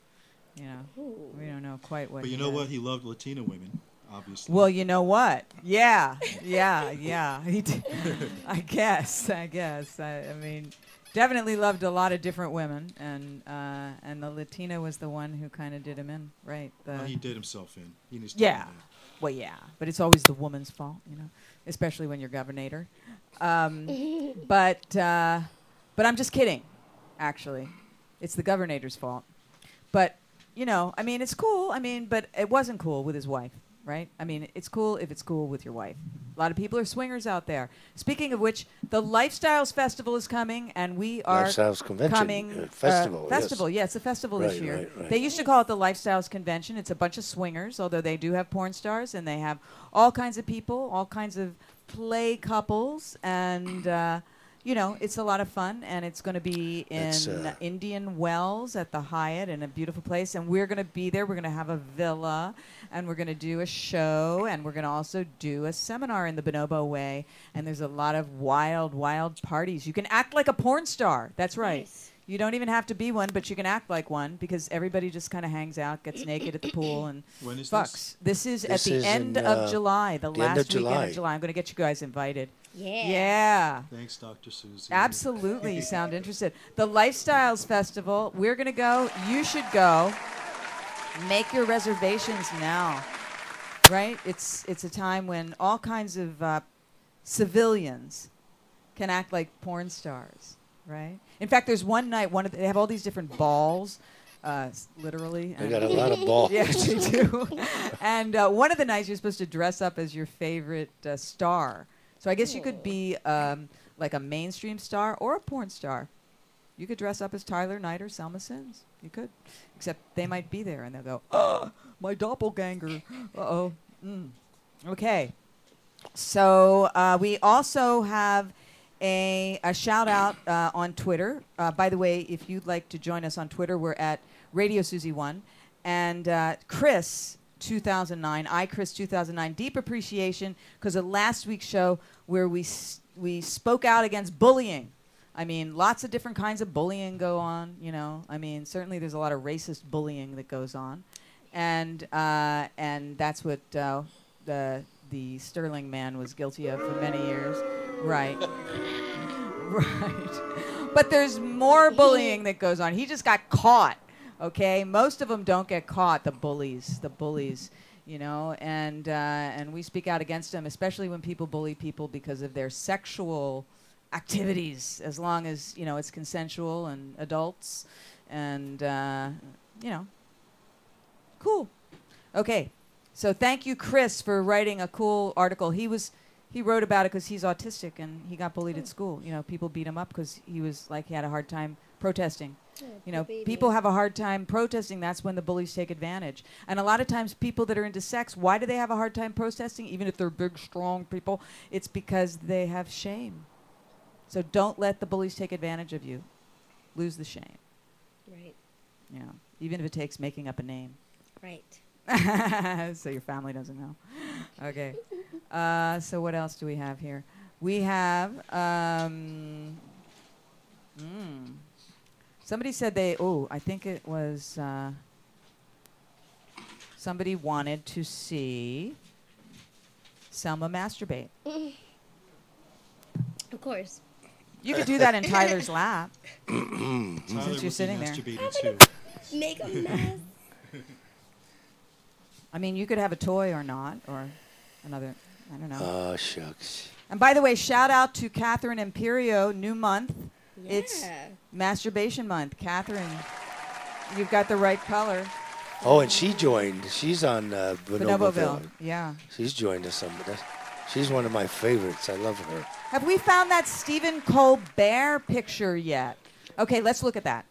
C: you know, we don't know quite what.
F: But
C: he
F: you know
C: does.
F: what? He loved Latina women, obviously.
C: Well, you know what? Yeah, yeah, yeah. He did. I guess. I guess. I, I mean, definitely loved a lot of different women, and uh, and the Latina was the one who kind of did him in, right? The,
F: Well, Oh, he did himself in. He needs to
C: Yeah.
F: admit
C: Well, yeah, but it's always the woman's fault, you know, especially when you're governor. Um, but uh, but I'm just kidding. Actually, it's the governor's fault. But you know, I mean, it's cool. I mean, but it wasn't cool with his wife, right? I mean, it's cool if it's cool with your wife. A lot of people are swingers out there. Speaking of which, the Lifestyles Festival is coming, and we are
D: Lifestyles Convention,
C: coming
D: uh, festival, yes.
C: festival, yeah, it's a festival this
D: Right,
C: year.
D: right, right.
C: They used to call it the Lifestyles Convention. It's a bunch of swingers, although they do have porn stars and they have all kinds of people, all kinds of play couples, and uh, you know, it's a lot of fun. And it's going to be in
D: It's, uh,
C: Indian Wells at the Hyatt in a beautiful place. And we're going to be there. We're going to have a villa and we're going to do a show and we're going to also do a seminar in the Bonobo Way. And there's a lot of wild, wild parties. You can act like a porn star. That's right. You don't even have to be one, but you can act like one because everybody just kind of hangs out, gets naked at the pool, and
F: When is
C: fucks. This, is
D: This
C: at the
D: is
C: end
D: in,
C: of
D: uh,
C: July, the,
D: the
C: last
D: end of
C: weekend
D: July.
C: of July. I'm going to get you guys invited.
E: Yeah.
C: yeah.
F: it. Thanks, Dr. Susie.
C: Absolutely, you sound interested. The Lifestyles Festival, we're going to go. You should go. Make your reservations now. Right? It's it's a time when all kinds of uh, civilians can act like porn stars, right? In fact, there's one night one of the, they have all these different balls uh, s- literally.
D: I
C: and-
D: got a lot of balls.
C: yeah, they do. and uh, one of the nights you're supposed to dress up as your favorite uh, star. So I guess you could be um, like a mainstream star or a porn star. You could dress up as Tyler Knight or Selma Sims. You could, except they might be there and they'll go, "Oh, my doppelganger." Uh oh. Mm. Okay. So uh, we also have a, a shout out uh, on Twitter. Uh, by the way, if you'd like to join us on Twitter, we're at Radio Susie One and uh, Chris. 2009, I Chris 2009, deep appreciation because of last week's show where we s- we spoke out against bullying. I mean, lots of different kinds of bullying go on. You know, I mean, certainly there's a lot of racist bullying that goes on, and uh, and that's what uh, the the Sterling man was guilty of for many years, right? right. But there's more bullying that goes on. He just got caught. Okay, most of them don't get caught. The bullies, the bullies, you know, and uh, and we speak out against them, especially when people bully people because of their sexual activities as long as you know it's consensual and adults and uh, you know cool okay so thank you chris for writing a cool article he was he wrote about it because he's autistic and he got bullied at school you know people beat him up because he was like he had a hard time protesting you know
E: baby.
C: people have a hard time protesting that's when the bullies take advantage and a lot of times people that are into sex why do they have a hard time protesting even if they're big strong people it's because they have shame so don't let the bullies take advantage of you. Lose the shame,
E: Right.
C: you know, even if it takes making up a name.
E: Right.
C: so your family doesn't know. Okay. Uh, so what else do we have here? We have. Um, mm, somebody said they. Oh, I think it was. Uh, somebody wanted to see Selma masturbate.
E: Of course.
C: You could do that in Tyler's lap.
F: Tyler
C: you're
F: would be
C: sitting there.
F: masturbating too.
E: Make a mess.
C: I mean, you could have a toy or not, or another. I don't know.
D: Oh, shucks.
C: and by the way, shout out to Catherine Imperio, new month. It's
E: Yeah.
C: masturbation month. Catherine, you've got the right color.
D: Oh, and she joined. She's on uh, Bonoboville.
C: Bonoboville. Yeah.
D: She's joined us. Some, that's, she's one of my favorites. I love her.
C: Have we found that Stephen Colbert picture yet? Okay, let's look at that.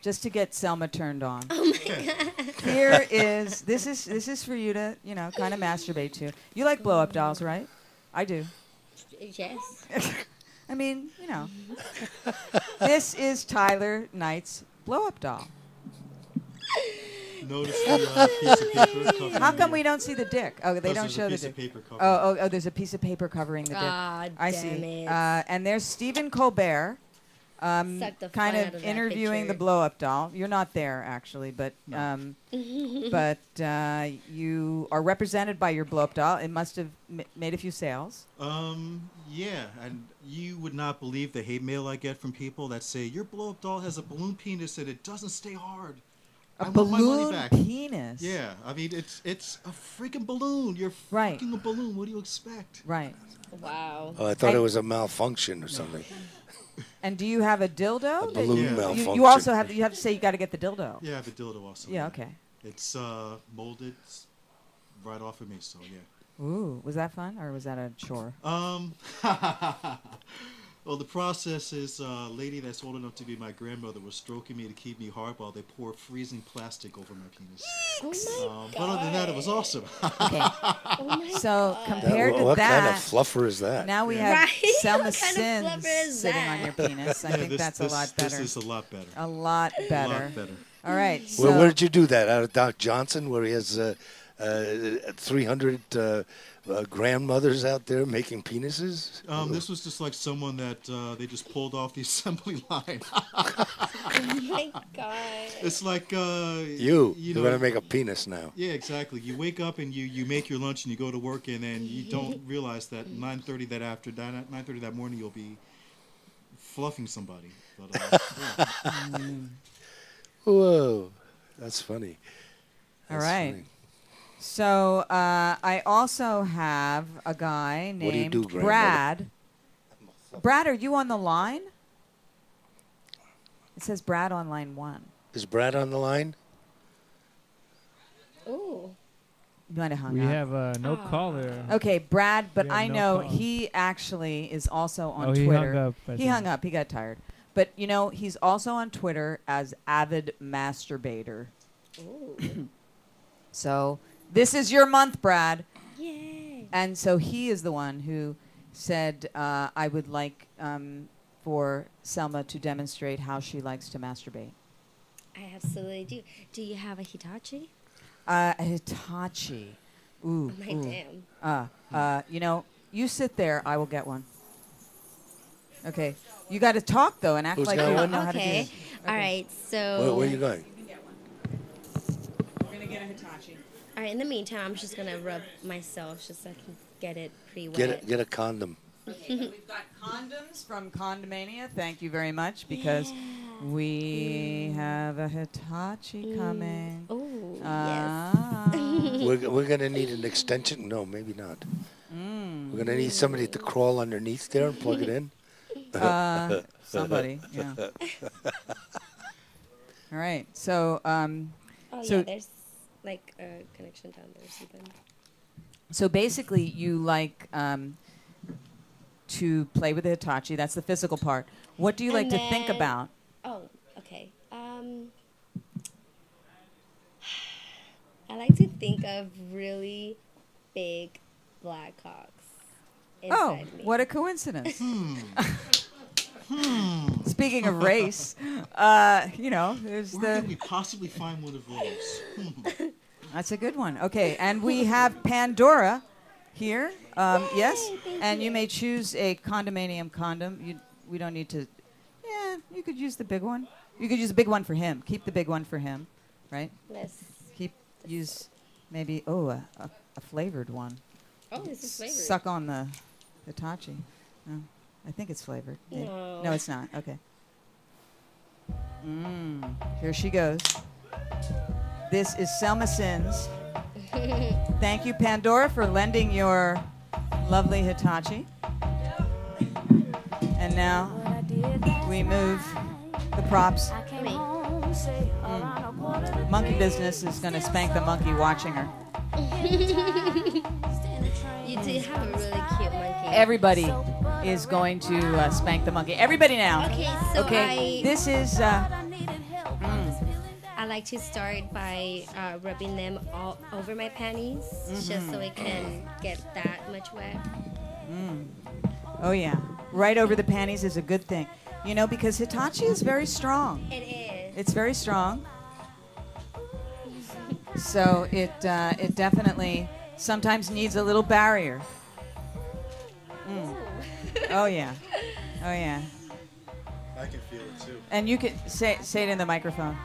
C: Just to get Selma turned on. Oh my god. Here is this is this is for you to, you know, kind of masturbate to. You like blow up dolls, right? I do.
E: Yes.
C: I mean, you know. this is Tyler Knight's blow up doll.
F: Notice the uh, piece of paper covering
C: How come
F: it.
C: we don't see the dick? Oh, they
F: Because
C: don't
F: there's a
C: show the
F: piece of
C: dick.
F: paper covering
C: Oh, oh, oh, there's a piece of paper covering the dick.
E: Ah,
C: I
E: damn
C: see.
E: it.
C: Uh, and there's Stephen Colbert, um,
E: Suck the
C: kind
E: fun out
C: of,
E: of that
C: interviewing the
E: picture.
C: blow up doll. You're not there, actually, but. Um, but uh, you are represented by your blow up doll. It must have m- made a few sales.
F: Um, yeah, and you would not believe the hate mail I get from people that say your blow up doll has a balloon penis and it doesn't stay hard.
C: A
F: I want my money
C: balloon
F: back.
C: penis.
F: Yeah, I mean it's it's a freaking balloon. You're
C: Right.
F: fucking a balloon. What do you expect?
C: Right.
E: Wow.
D: Oh, I thought
C: I-
D: it was a malfunction or something.
C: And do you have a dildo? that
D: balloon
C: you- you,
D: malfunction.
C: you also have you have to say you got to get the dildo.
F: Yeah, I have a dildo also.
C: Yeah, okay.
F: It's uh molded s- right off of me, so yeah.
C: Ooh, was that fun or was that a chore?
F: Um, well, the process is uh, a lady that's old enough to be my grandmother was stroking me to keep me hard while they pour freezing plastic over my penis.
E: Oh my,
F: Um, but other than that, it was awesome.
E: oh my
C: So compared
D: what
C: to
D: what kind
C: that,
D: of fluffer is that?
C: now we
E: Yeah.
C: have
E: Right?
C: Selma
E: What kind of
C: Sins
E: flubber is
C: sitting
E: that?
C: on your penis. I
F: Yeah,
C: think
F: this-
C: that's
F: this-
C: a lot better.
F: This is a lot better.
C: a lot better.
F: A lot better.
C: All right. So
D: Where, where did you do that? Out of Doc Johnson, where he has uh, uh, 300 uh, uh, grandmothers out there making penises?
F: Um, this was just like someone that uh, they just pulled off the assembly line.
E: my god.
F: it's like uh,
D: you,
F: you
D: you
F: know,
D: are going to make a penis now.
F: yeah, exactly. You wake up and you, you make your lunch and you go to work and then you don't realize that 9:30 that after 9:30 that morning you'll be fluffing somebody. But, uh, yeah.
D: Whoa, that's funny.
C: all
D: That's
C: right.
D: funny.
C: So uh, I also have a guy
D: What do you
C: named
D: do, grandmother?
C: Brad. Brad, are you on the line? It says Brad on line one.
D: Is Brad on the line?
E: Ooh.
C: You might have hung
G: We
C: up.
G: have uh, no
C: Ah.
G: caller.
C: Okay, Brad, but
G: We have
C: I
G: no
C: know
G: call.
C: he actually is also on
G: Oh, he
C: Twitter.
G: hung up, I
C: he
G: think.
C: hung up, he got tired. But you know, he's also on Twitter as avid masturbator. so this is your month, Brad.
E: Yay.
C: And so he is the one who said, uh, I would like um, for Selma to demonstrate how she likes to masturbate.
E: I absolutely do. Do you have a Hitachi?
C: Uh, a Hitachi. Ooh.
E: My
C: ooh.
E: damn.
C: Uh, uh, you know, you sit there. I will get one. Okay. You got to talk though and act
D: Who's
C: like you
D: got
C: don't
D: one?
C: know how to do
E: Oh, okay.
C: this.
E: All right. So.
D: Where, where are you going?
C: We're gonna get a Hitachi.
E: All right. In the meantime, I'm just gonna rub myself just so I can get it pretty wet.
D: Get a, get a condom.
C: We've got condoms from Condomania. Thank you very much because we have a Hitachi coming.
E: Oh
C: Ah.
D: We're, g- we're going to need an extension. No, maybe not. We're going to need somebody to crawl underneath there and plug it in.
C: uh, somebody. Yeah. All right. So, um,
E: yes. Oh
C: So-
E: yeah. There's like a connection down there or something.
C: so basically, you like um, to play with the Hitachi. That's the physical part. What do you like
E: And
C: to think
E: then-
C: about?
E: Oh. Okay. Um. I like to think of really big black cocks.
C: Oh,
E: inside me.
C: what a coincidence. Speaking of race, uh, you know, there's
F: Where can
C: the
F: we possibly find one of those?
C: that's a good one. Okay, and we have Pandora here. Um, yes,
E: Yay, thank
C: and you
E: you.
C: may choose a condominium condom. You, we don't need to. Yeah, you could use the big one. You could use the big one for him. Keep the big one for him, right?
E: Let's.
C: Keep use maybe oh a, a, a flavored one.
E: Oh, this is flavored.
C: Suck on the Hitachi. No, I think it's flavored. Maybe-
E: No.
C: No, it's not. Okay. Mm, here she goes. This is Selma Sins. Thank you, Pandora, for lending your lovely Hitachi. And now we move the props
E: Wait.
C: Monkey business is going to spank the monkey watching her.
E: You do have a really cute monkey.
C: Everybody is going to uh, spank the monkey. Everybody now.
E: okay, so
C: Okay.
E: I
C: This is. Uh,
E: I like to start by uh, rubbing them all over my panties just
C: Mm-hmm.
E: so it can get that much wet.
C: oh yeah, right over the panties is a good thing, you know, because Hitachi is very strong.
E: It is.
C: It's very strong. So it uh, it definitely sometimes needs a little barrier. Mm. Oh yeah, oh yeah.
F: I can feel it too.
C: And you could say say it in the microphone.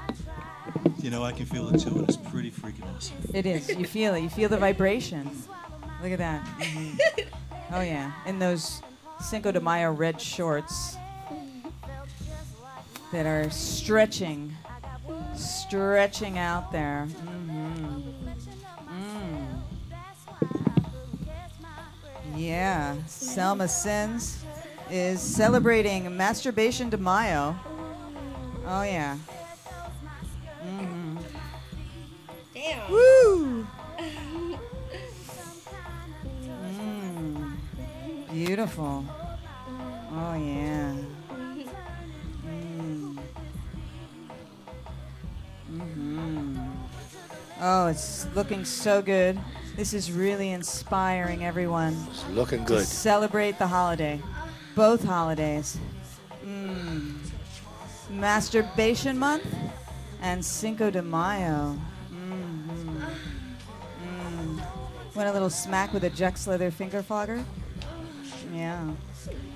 F: You know, I can feel it too, and it's pretty freaking awesome.
C: It is. You feel it. You feel the vibration. Look at that. Mhm. Oh yeah. In those Cinco de Mayo red shorts that are stretching, stretching out there. Mhm. Mm. Yeah. Selma Sins is celebrating masturbation de Mayo. Oh yeah. Mm-hmm.
E: Damn.
C: Woo! Mm, beautiful. Oh yeah. Mm. Mhm. Oh, it's looking so good. This is really inspiring everyone
D: It's looking
C: to
D: good.
C: celebrate the holiday, both holidays. Mm. Masturbation month and Cinco de Mayo. Mhm. Mm. Want a little smack with a Jex leather finger flogger? Yeah.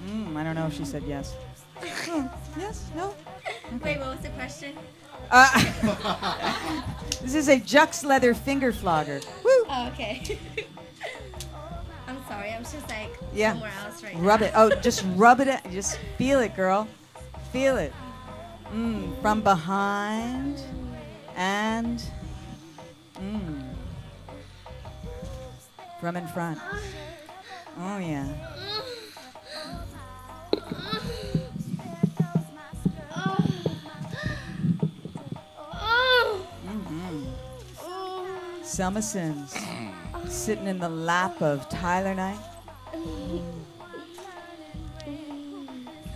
C: Mm, I don't know if she said yes. Mm, yes? No?
E: Wait, what was the question?
C: Uh, this is a Jux leather finger flogger. Woo!
E: Oh, okay. I'm sorry, I'm just like
C: Yeah.
E: somewhere else right
C: Rub
E: now.
C: it. Oh, just rub it. in- Just feel it, girl. Feel it. Mm, from behind and mm, from in front. Oh, yeah. Mm-hmm.
E: Oh.
C: Selma Sims sitting in the lap of Tyler Knight.
E: Oh,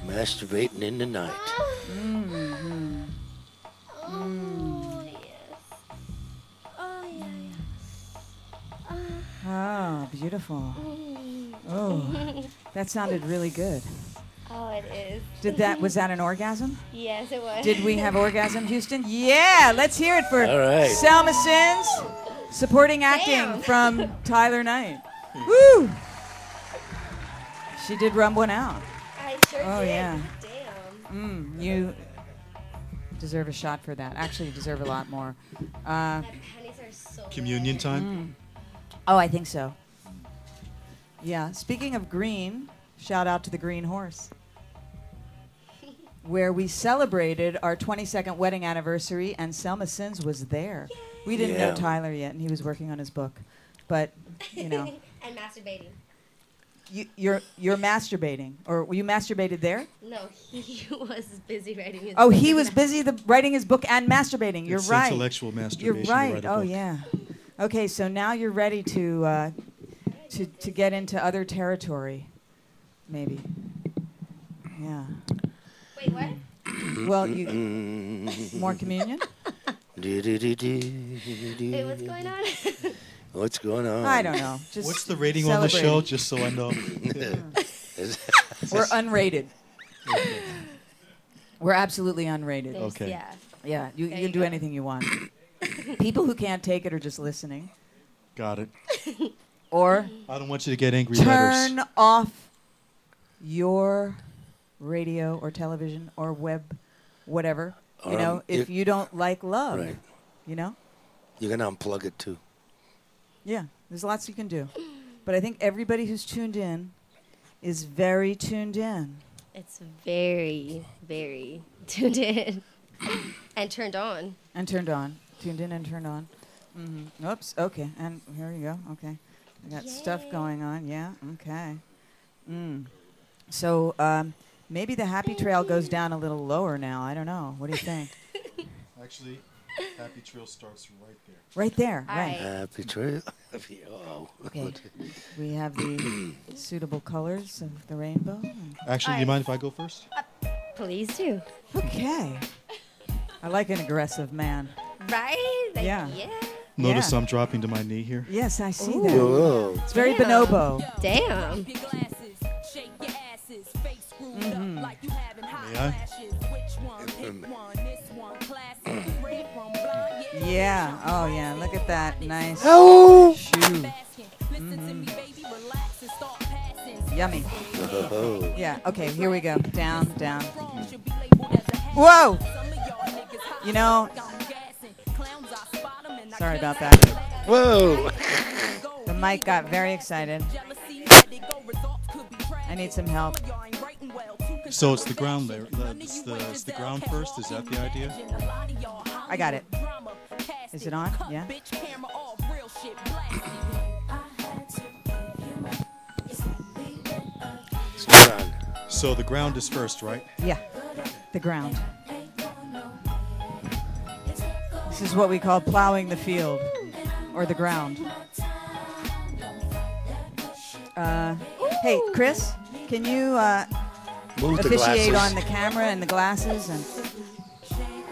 D: Masturbating in the night.
H: Oh, yes. Oh, yeah,
C: Oh, beautiful. Oh, that sounded really good.
H: Oh, it is.
C: Did that? Was that an orgasm?
H: Yes, it was.
C: Did we have orgasm, Houston? Yeah, let's hear it for
D: All right.
C: Selma Sins, supporting acting from Tyler Knight.
D: Hmm.
C: Woo! She did rub one out.
H: I sure
C: Oh,
H: did.
C: yeah.
H: Damn.
C: Mm, you deserve a shot for that. Actually, you deserve a lot more. Uh,
E: My panties are so
F: Communion
E: wet.
F: time.
C: oh, I think so. Yeah. Speaking of green, shout out to the Green Horse, where we celebrated our 22nd wedding anniversary, and Selma Sins was there. We didn't know
D: Yeah.
C: Tyler yet, and he was working on his book. But you know,
E: and masturbating.
C: you, you're you're masturbating, or you masturbated there?
E: No, he was busy writing his
C: Oh,
E: book
C: he
E: and
C: was
E: ma-
C: busy the, writing his book and masturbating. You're
F: it's
C: right.
F: Intellectual
C: You're
F: masturbation. to
C: right.
F: write a
C: Oh
F: book.
C: yeah. Okay, so now you're ready to uh, to to get into other territory, maybe. Yeah.
E: Wait, what?
C: Well, you
D: Mm.
C: more communion.
D: Do-do-do-do-do-do.
E: Wait, what's going on?
D: What's going on?
C: I don't know. Just
F: Uh, What's the rating on the show,
C: celebrate.
F: just so I know?
C: We're unrated. We're absolutely unrated.
E: There's-
F: Okay.
E: Yeah.
C: Yeah, you, you
E: There
C: can
E: you
C: do
E: go.
C: anything you want. People who can't take it are just listening.
F: Got it.
C: Or
F: I don't want you to get angry letters.
C: turn off your radio or television or web, whatever. You
D: Or,
C: know,
D: um,
C: if
D: you-
C: you don't like love,
D: Right.
C: you know?
D: You can unplug it too.
C: Yeah, there's lots you can do. But I think everybody who's tuned in is very tuned in.
E: It's very, very tuned in and turned on.
C: And turned on. Tuned in and turned on. Mm-hmm. Oops. Okay. And here you go. Okay. I got stuff going on. Yeah. Okay. Mm. So um, maybe the happy trail goes down a little lower now. I don't know. What do you think?
F: Actually, Happy Trail starts right there.
C: Right there.
H: All
C: right.
D: Happy trail. Happy- oh.
C: Okay. We have the suitable colors of the rainbow.
F: Actually, do you
H: Alright.
F: mind if I go first?
C: Uh,
E: Please do.
C: Okay. I like an aggressive man.
E: Right? Like,
C: Yeah.
F: Notice
C: Yeah.
F: I'm dropping to my knee here.
C: Yes, I see
D: Whoa,
C: that.
D: whoa.
C: It's very
E: Damn.
C: bonobo.
E: Damn.
F: Yeah.
C: Yeah. Oh, yeah. Look at that. Nice.
D: Oh.
C: Shoe. Yummy.
D: Oh.
C: Yeah. Okay. Here we go. Down, down. Whoa. You know. Sorry about that.
D: Whoa.
C: The mic got very excited. I need some help.
F: So it's the ground layer. the- It's the, it's the ground first. Is that the idea?
C: I got it. Is it on? Yeah.
D: It's gone.
F: So the ground is first, right?
C: Yeah. The ground. This is what we call plowing the field or the ground. Uh, hey, Chris, can you uh,
D: Move the
C: officiate
D: glasses.
C: on the camera and the glasses? And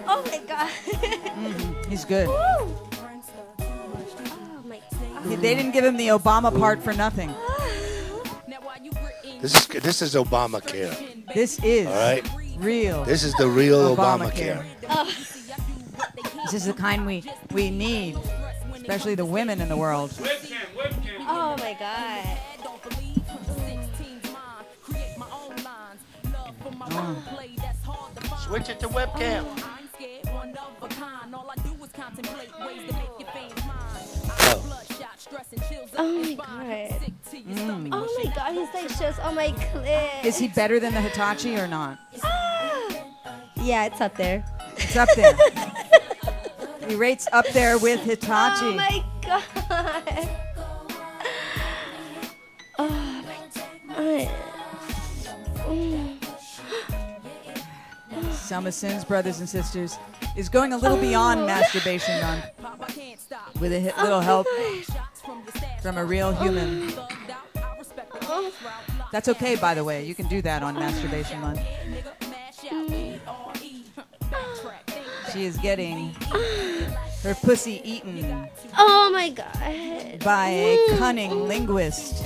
E: Oh my god.
C: he's good.
E: oh my god.
C: They didn't give him the Obama part for nothing.
D: This is this is Obamacare.
C: This is
D: All right.
C: real.
D: This is the real
C: Obamacare.
D: Obamacare.
C: This is the kind we we need, especially the women in the world.
E: Oh my god.
D: Switch it to webcam.
E: Oh my god. Oh my god, he's like shows on my clip.
C: Is he better than the Hitachi or not?
E: Yeah, it's up there.
C: It's up there. he rates up there with Hitachi.
E: Oh my god. Oh my god. Mm.
C: Some of Sin's brothers and sisters is going a little
E: Oh.
C: beyond masturbation, Don. With a hit, little help from a real human.
E: Oh.
C: That's okay, by the way. You can do that on Masturbation Month.
E: Mm.
C: Mm.
E: Oh.
C: She is getting her pussy eaten
E: Oh my god.
C: by a cunning linguist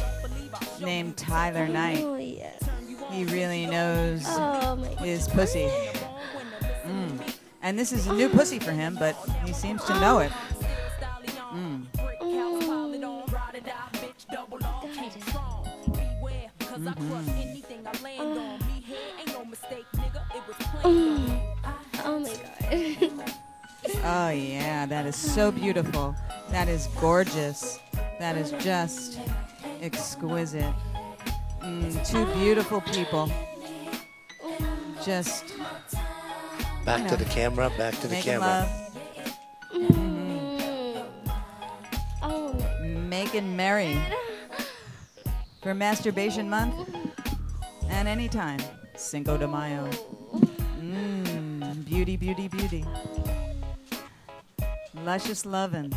C: named Tyler Knight.
E: Oh yes.
C: He really knows
E: Oh my god.
C: his pussy. Mm. And this is a new pussy for him, but he seems to know it.
E: Oh my god.
C: Oh, yeah, that is so beautiful. That is gorgeous. That is just exquisite. Mm, two beautiful people. Just
D: Back to the camera. Back to the
C: making
D: camera.
C: love,
E: Mm. Oh my
C: making merry for Masturbation Month and anytime. Cinco de Mayo. Mm, beauty, beauty, beauty. Luscious lovin'.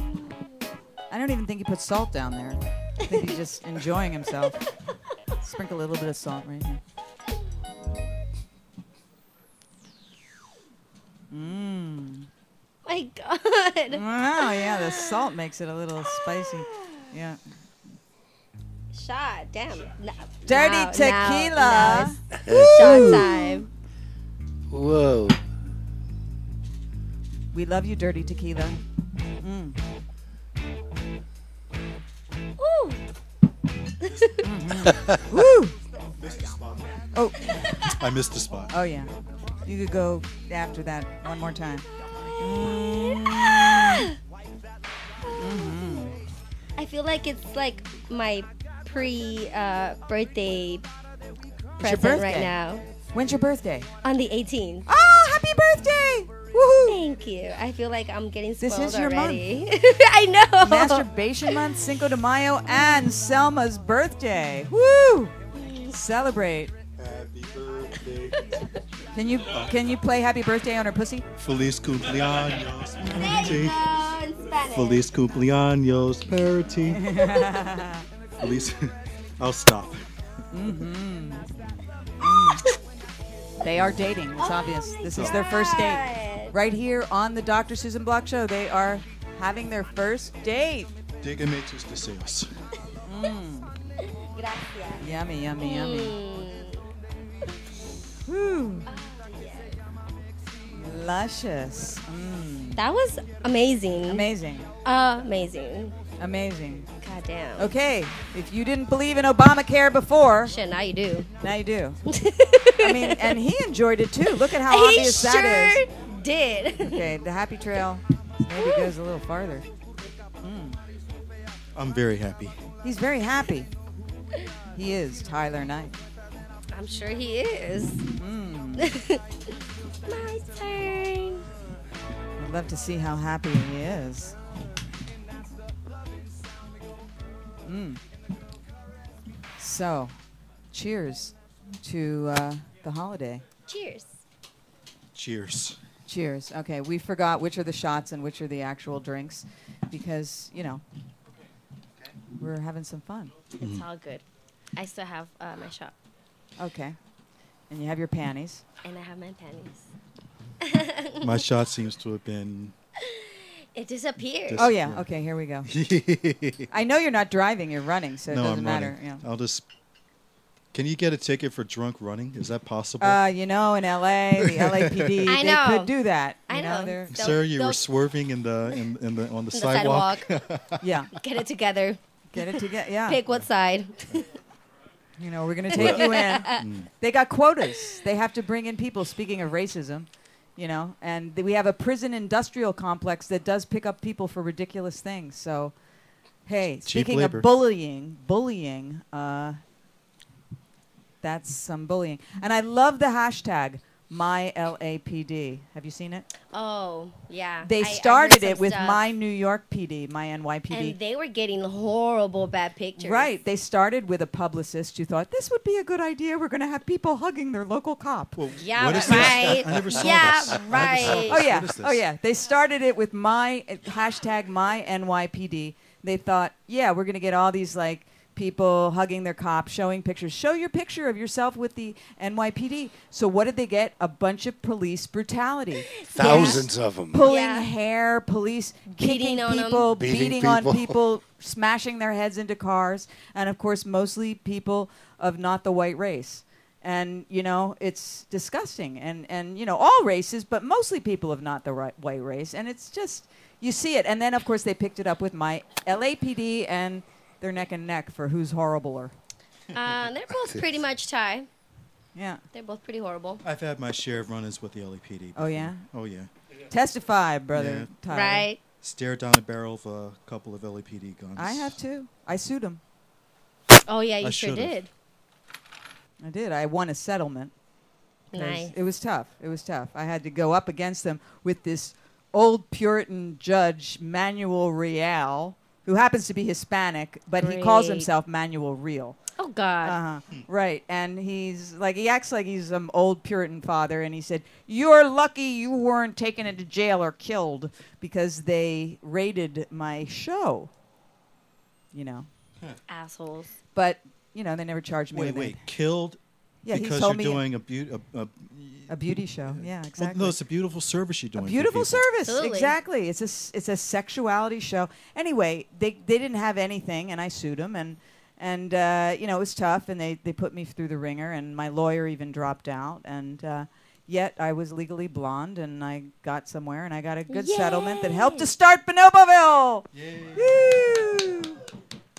C: I don't even think he put salt down there. I think he's just enjoying himself. Sprinkle a little bit of salt right here. Mmm.
E: my god.
C: Wow, yeah, the salt makes it a little spicy. Yeah.
E: Shot. Damn. No,
C: Dirty
E: now- now-
C: tequila.
E: now it's shot time.
D: Whoa.
C: We love you, dirty tequila. Mm.
E: Ooh.
C: Woo! Oh,
F: I missed the spot.
C: oh yeah. You could go after that one more time.
E: Ah. I feel like it's like my pre uh, birthday present right
C: birthday.
E: now
C: When's your birthday?
E: on the 18th.
C: Oh, happy birthday! Woohoo!
E: Thank you. I feel like I'm getting
C: This
E: spoiled
C: is your month.
E: already. I know.
C: Masturbation Month, Cinco de Mayo, and Selma's birthday. Woo! Celebrate.
F: Happy birthday.
C: Can you can you play Happy Birthday on her pussy?
F: Feliz cumpleaños,
H: There
F: party.
H: you
E: Oh,
H: go, in Spanish.
F: Feliz cumpleaños, party. Feliz. I'll stop.
C: They are dating. It's obvious. This is their first date. Right here on the Dr. Susan Block Show, they are having their first date.
F: Dígame tus deseos.
H: Gracias.
C: Yummy, yummy, yummy.
H: Mm.
C: Whew. Luscious. Mm.
E: That was amazing.
C: Amazing.
E: amazing.
C: Amazing.
E: God damn.
C: Okay, if you didn't believe in Obamacare before,
E: Shit, now you do.
C: now you do. I mean, and he enjoyed it too. Look at how
E: he
C: obvious
E: sure
C: that is.
E: did.
C: Okay, the happy trail maybe goes a little farther.
F: I'm very happy.
C: He's very happy. He is Tyler Knight.
E: I'm sure he is.
C: Hmm.
E: My turn.
C: I'd love to see how happy he is. Mm. So, cheers to uh, the holiday.
E: Cheers.
F: Cheers.
C: Cheers. Okay, we forgot which are the shots and which are the actual drinks because, you know, we're having some fun.
E: It's all good. I still have uh, my shop
C: Okay. And you have your panties.
E: and I have my panties.
F: My shot seems to have been.
E: It disappeared.
F: Dis-
C: Oh, yeah. Okay, here we go. I know you're not driving, you're running, so it
F: no,
C: doesn't
F: I'm
C: matter.
F: running.
C: Yeah.
F: I'll just. Can you get a ticket for drunk running? Is that possible?
C: Uh, you know, in LA, the LAPD, they
E: I know.
C: could do that. You
E: I know.
C: they're-
E: Don't-
F: Sir, you were
E: don't-
F: swerving in the in, in the on the,
E: The
F: sidewalk.
C: yeah,
E: Get it together.
C: get it together. Yeah,
E: Pick what side.
C: you know, we're gonna take you in. They got quotas. They have to bring in people. Speaking of racism, you know, and th- we have a prison industrial complex that does pick up people for ridiculous things. So, hey, speaking
F: labor.
C: of bullying, bullying, uh, that's some bullying. And I love the hashtag MyLAPD. Have you seen it?
E: Oh, yeah. I- I
C: They
E: heard
C: started
E: some
C: it with
E: stuff.
C: my New York PD, my NYPD.
E: And they were getting horrible bad pictures.
C: right. They started with a publicist who thought this would be a good idea. We're going to have people hugging their local cop.
F: Well,
E: Yeah,
F: what is
E: right.
F: this? I never saw
E: Yeah,
F: this. I never saw
E: right.
F: this.
C: oh yeah.
F: What is this?
C: Oh yeah. They started it with my uh, hashtag my NYPD. They thought, yeah, we're going to get all these like people hugging their cop, showing pictures. Show your picture of yourself with the NYPD. So what did they get? A bunch of police brutality.
D: Thousands of 'em. of them.
C: pulling
E: Yeah.
C: hair, police
E: Beating
C: kicking
E: on 'em.
C: people,
D: Beating
C: beating, on
D: people.
C: people, smashing their heads into cars, and of course, mostly people of not the white race. And you know, it's disgusting, and and you know, all races, but mostly people of not the right, white race, and it's just you see it. And then, of course, they picked it up with my LAPD, and they're neck and neck for who's horribler.
E: Uh, they're both pretty much tie.
C: Yeah,
E: They're both pretty horrible.
F: I've had my share of run-ins with the E LAPD.
C: Oh, yeah?
F: before. Oh yeah.
C: testify, brother.
F: Yeah.
C: Tyler.
E: Right.
F: Stared down a barrel of a couple of LAPD guns.
C: I have too. I sued him.
E: Oh yeah, you
F: I
E: sure
F: should've.
E: did.
C: I did. I won a settlement. 'cause
E: Nice.
C: It was tough. It was tough. I had to go up against them with this old Puritan judge, Manuel Real, who happens to be Hispanic, but he calls
E: Great.
C: himself Manuel Real.
E: Oh god.
C: Uh-huh. Right. And he's like, he acts like he's some old Puritan father. And he said, You're lucky you weren't taken into jail or killed because they raided my show. You know,
E: Assholes.
C: but, you know, they never charged me
F: Wait,
C: with
F: wait.
C: anything.
F: Killed
C: Yeah, he
F: because
C: told
F: you're
C: me-
F: doing a, beaut a, a,
C: A beauty show. Yeah, exactly.
F: well, no, it's a beautiful service you're doing. for
C: Beautiful
F: people.
C: service,
E: Absolutely.
C: exactly. It's a s- it's a sexuality show. Anyway, they they didn't have anything, and I sued them, and and uh, you know it was tough, and they they put me through the ringer, and my lawyer even dropped out, and uh, yet I was legally blonde, and I got somewhere, and I got a good settlement that helped to start Bonoboville. Woo!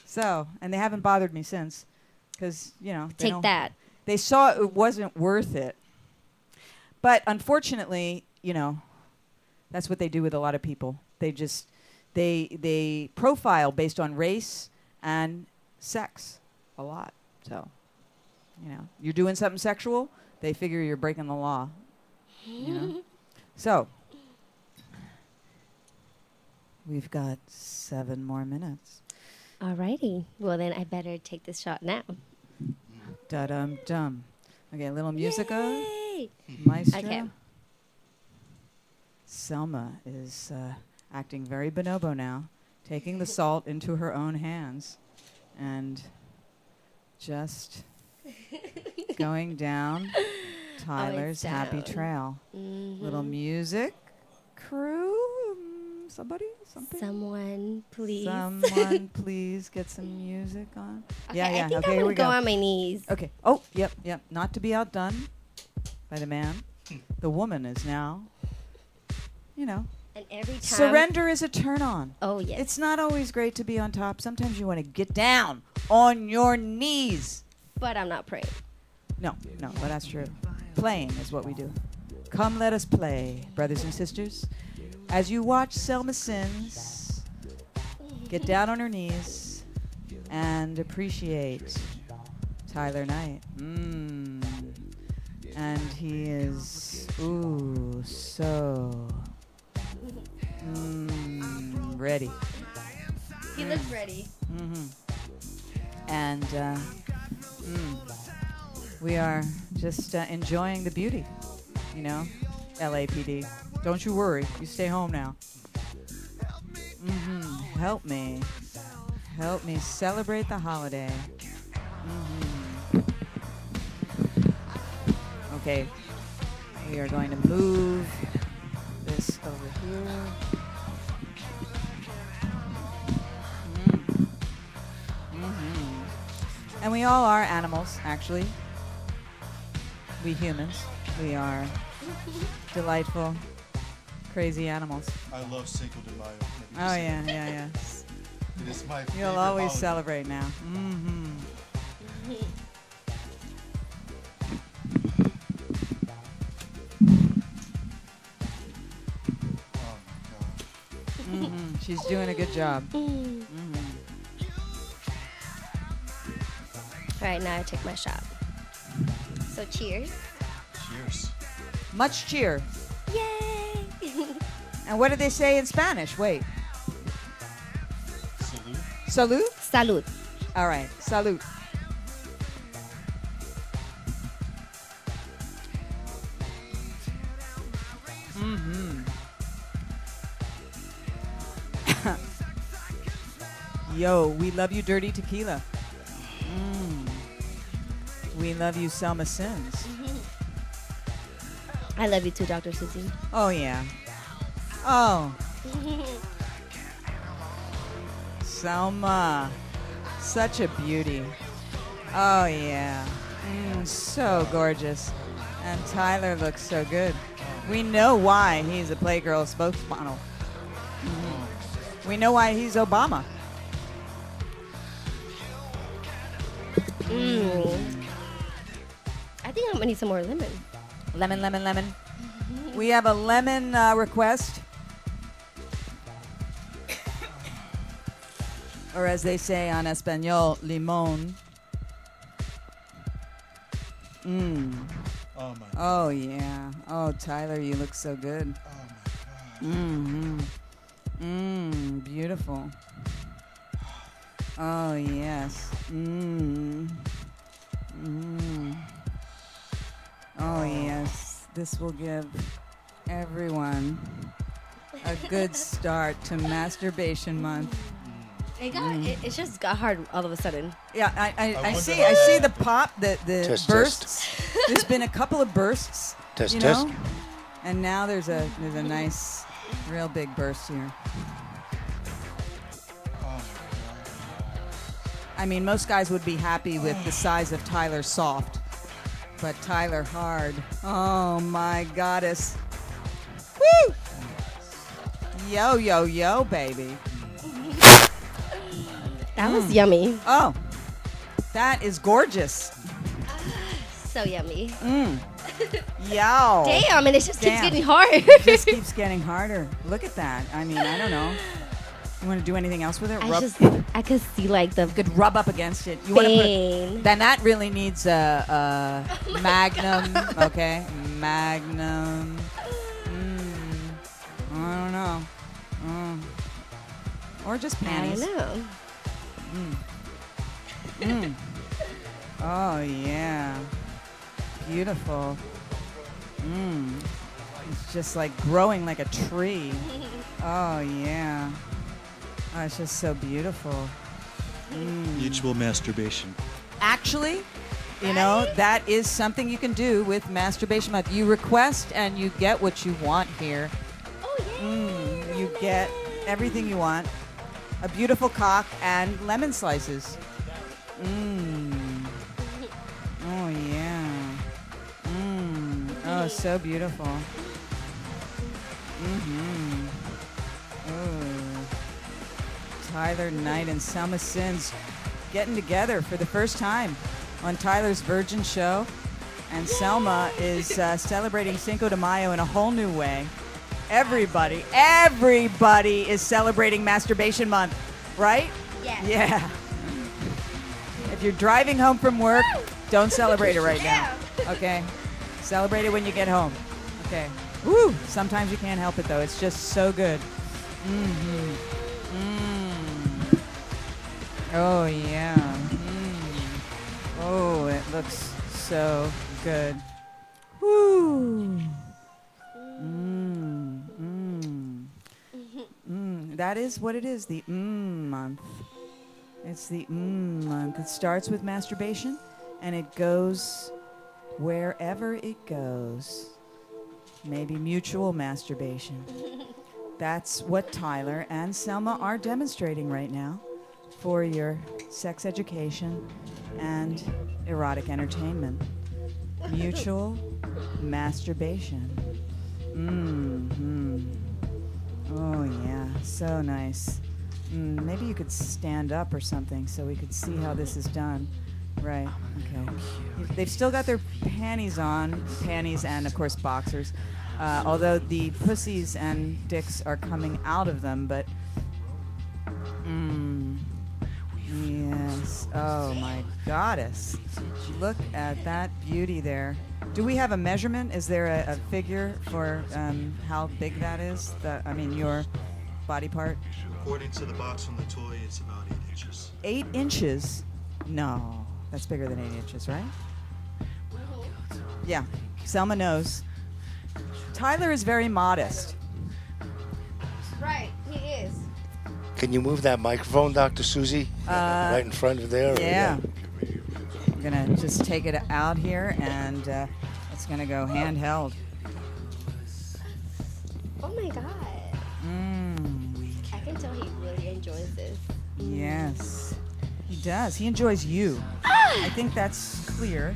C: So, and they haven't bothered me since, because you know they
E: Take
C: don't-
E: that.
C: they saw it wasn't worth it. But unfortunately, you know, that's what they do with a lot of people. They just they they profile based on race and sex a lot. So, you know, you're doing something sexual, they figure you're breaking the law. You know? so, we've got 7 more minutes.
E: Alrighty. Well then I better take this shot now.
C: Da dum dum. Okay, a little musica.
E: Yay!
C: Maestro.
E: Okay.
C: Selma is uh, acting very bonobo now, taking the salt into her own hands and just going down Tyler's happy
E: down.
C: trail. Little
E: Mhm.
C: music crew, um, somebody, something.
E: Someone, please.
C: Someone, please get some music on.
E: okay,
C: yeah, yeah.
E: I think
C: okay,
E: I'm
C: here
E: gonna
C: we
E: go,
C: go.
E: on my knees.
C: Okay. Oh, yep, yep. Not to be outdone by the man. The woman is now, you know.
E: And every time.
C: Surrender is a turn on.
E: Oh yes.
C: It's not always great to be on top. Sometimes you want to get down on your knees.
E: but I'm not praying.
C: No, no, well, that's true. Playing is what we do. Come, let us play, brothers and sisters. As you watch Selma Sins get down on her knees and appreciate Tyler Knight. Mmm. And he is, ooh, so mm, ready.
E: He looks ready.
C: Mm-hmm. And uh, mm, we are just uh, enjoying the beauty, you know, LAPD. Don't you worry. You stay home now. hmm Help me. Help me celebrate the holiday. hmm Okay. We are going to move this over here. Mm. Mhm. And we all are animals, actually. We humans. We are delightful, crazy animals.
F: I love Cinco de Mayo.
C: Oh, yeah, yeah, yeah.
F: It is my favorite
C: You'll always
F: holiday.
C: celebrate now. hmm
F: Oh, my God.
C: hmm She's doing a good job.
E: Mm.
C: hmm
E: All right now, I took my shot. So cheers!
F: Cheers.
C: Much cheer.
E: Yay!
C: And what do they say in Spanish? Wait.
F: Salute.
C: Salud?
E: Salud.
C: All right. Salud. hmm Yo, we love you, Dirty Tequila. Mm. We love you, Selma Sims.
E: I love you too, Dr. Susie.
C: Oh, yeah. Oh. Selma. Such a beauty. Oh, yeah. Mm, so gorgeous. And Tyler looks so good. We know why he's a Playgirl spokesmodel. Mhm. We know why he's Obama.
E: Mm. I think I'm gonna need some more lemon.
C: Lemon, lemon, lemon. We have a lemon uh, request. or as they say on Espanol, limon. Mm.
F: Oh, my God.
C: Oh, yeah. Oh, Tyler, you look so good.
F: Oh, my God.
C: Mm-hmm. Mmm, beautiful. Oh, yes. Mmm. Mmm. Oh, yes. This will give everyone a good start to Masturbation Month.
E: It got. It, it just got hard all of a sudden.
C: Yeah, I, I,
F: I
C: I
F: wonder
C: see.
F: how
C: I see
F: that
C: the pop, the, the
D: Test, test.
C: bursts. There's been a couple of bursts.
D: Test,
C: you
D: test.
C: know? And now there's a there's a nice, real big burst here. I mean, most guys would be happy with the size of Tyler Soft, but Tyler Hard. Oh my goddess. Woo! Yo, yo, yo, baby.
E: That was yummy.
C: Oh, that is gorgeous.
E: So yummy.
C: Mm. Yo.
E: Damn, and it just
C: Oh. Damn.
E: keeps getting hard.
C: just keeps getting harder. Look at that. I mean, I don't know. You want to do anything else with it?
E: I
C: Rub,
E: just, I could see like the
C: could rub up against it. You want to
E: vein.
C: put? Then that really needs a,
E: Oh
C: a Magnum. Okay, Magnum. Mm. I don't know. Mm. Or just
E: I
C: panties.
E: know.
C: Mm. Oh yeah, beautiful. Mm. It's just like growing like a tree. oh, yeah. Oh, it's just so beautiful. Mm.
F: Mutual masturbation.
C: Actually, you know, that is something you can do with Masturbation Month. You request and you get what you want here.
H: Oh, yeah.
C: Mm. You get everything you want a beautiful cock and lemon slices. Mm. Oh, yeah. Mm. Oh, so beautiful. Mm-hmm. Ooh. Tyler Knight and Selma Sins getting together for the first time on Tyler's Virgin Show. And Selma is uh, celebrating Cinco de Mayo in a whole new way. Everybody, everybody is celebrating Masturbation Month, right?
H: Yes.
C: Yeah. If you're driving home from work, don't celebrate it right now. Okay? Celebrate it when you get home. Okay. Woo! Sometimes you can't help it though. It's just so good. Mm-hmm. Mm. Oh yeah. Mm. Oh, it looks so good. Woo! Mm. Mm. Mm. That is what it is. The mm month. It's the mm month. It starts with masturbation, and it goes wherever it goes. Maybe mutual masturbation. That's what Tyler and Selma are demonstrating right now for your sex education and erotic entertainment. Mutual masturbation. Mm-hmm. Oh, yeah. So nice. Mm, maybe you could stand up or something so we could see how this is done. Right. Okay. If- They've still got their panties on, panties and, of course, boxers. Uh, although the pussies and dicks are coming out of them, but. Mm, yes. Oh, my goddess. Look at that beauty there. Do we have a measurement? Is there a, a figure for um, how big that is? The, I mean, your body part?
F: According to the box on the toy, it's about eight inches.
C: eight inches. No, that's bigger than eight inches, right? Yeah, Selma knows. Tyler is very modest.
H: Right, he is.
D: Can you move that microphone, Dr. Susie?
C: Uh,
D: right in front of there? or-
C: yeah. I'm gonna just take it out here, and uh, it's gonna go handheld.
H: Oh, my God.
C: Mm,
H: I can tell he really enjoys this.
C: yes, he does. He enjoys you. I think that's clear.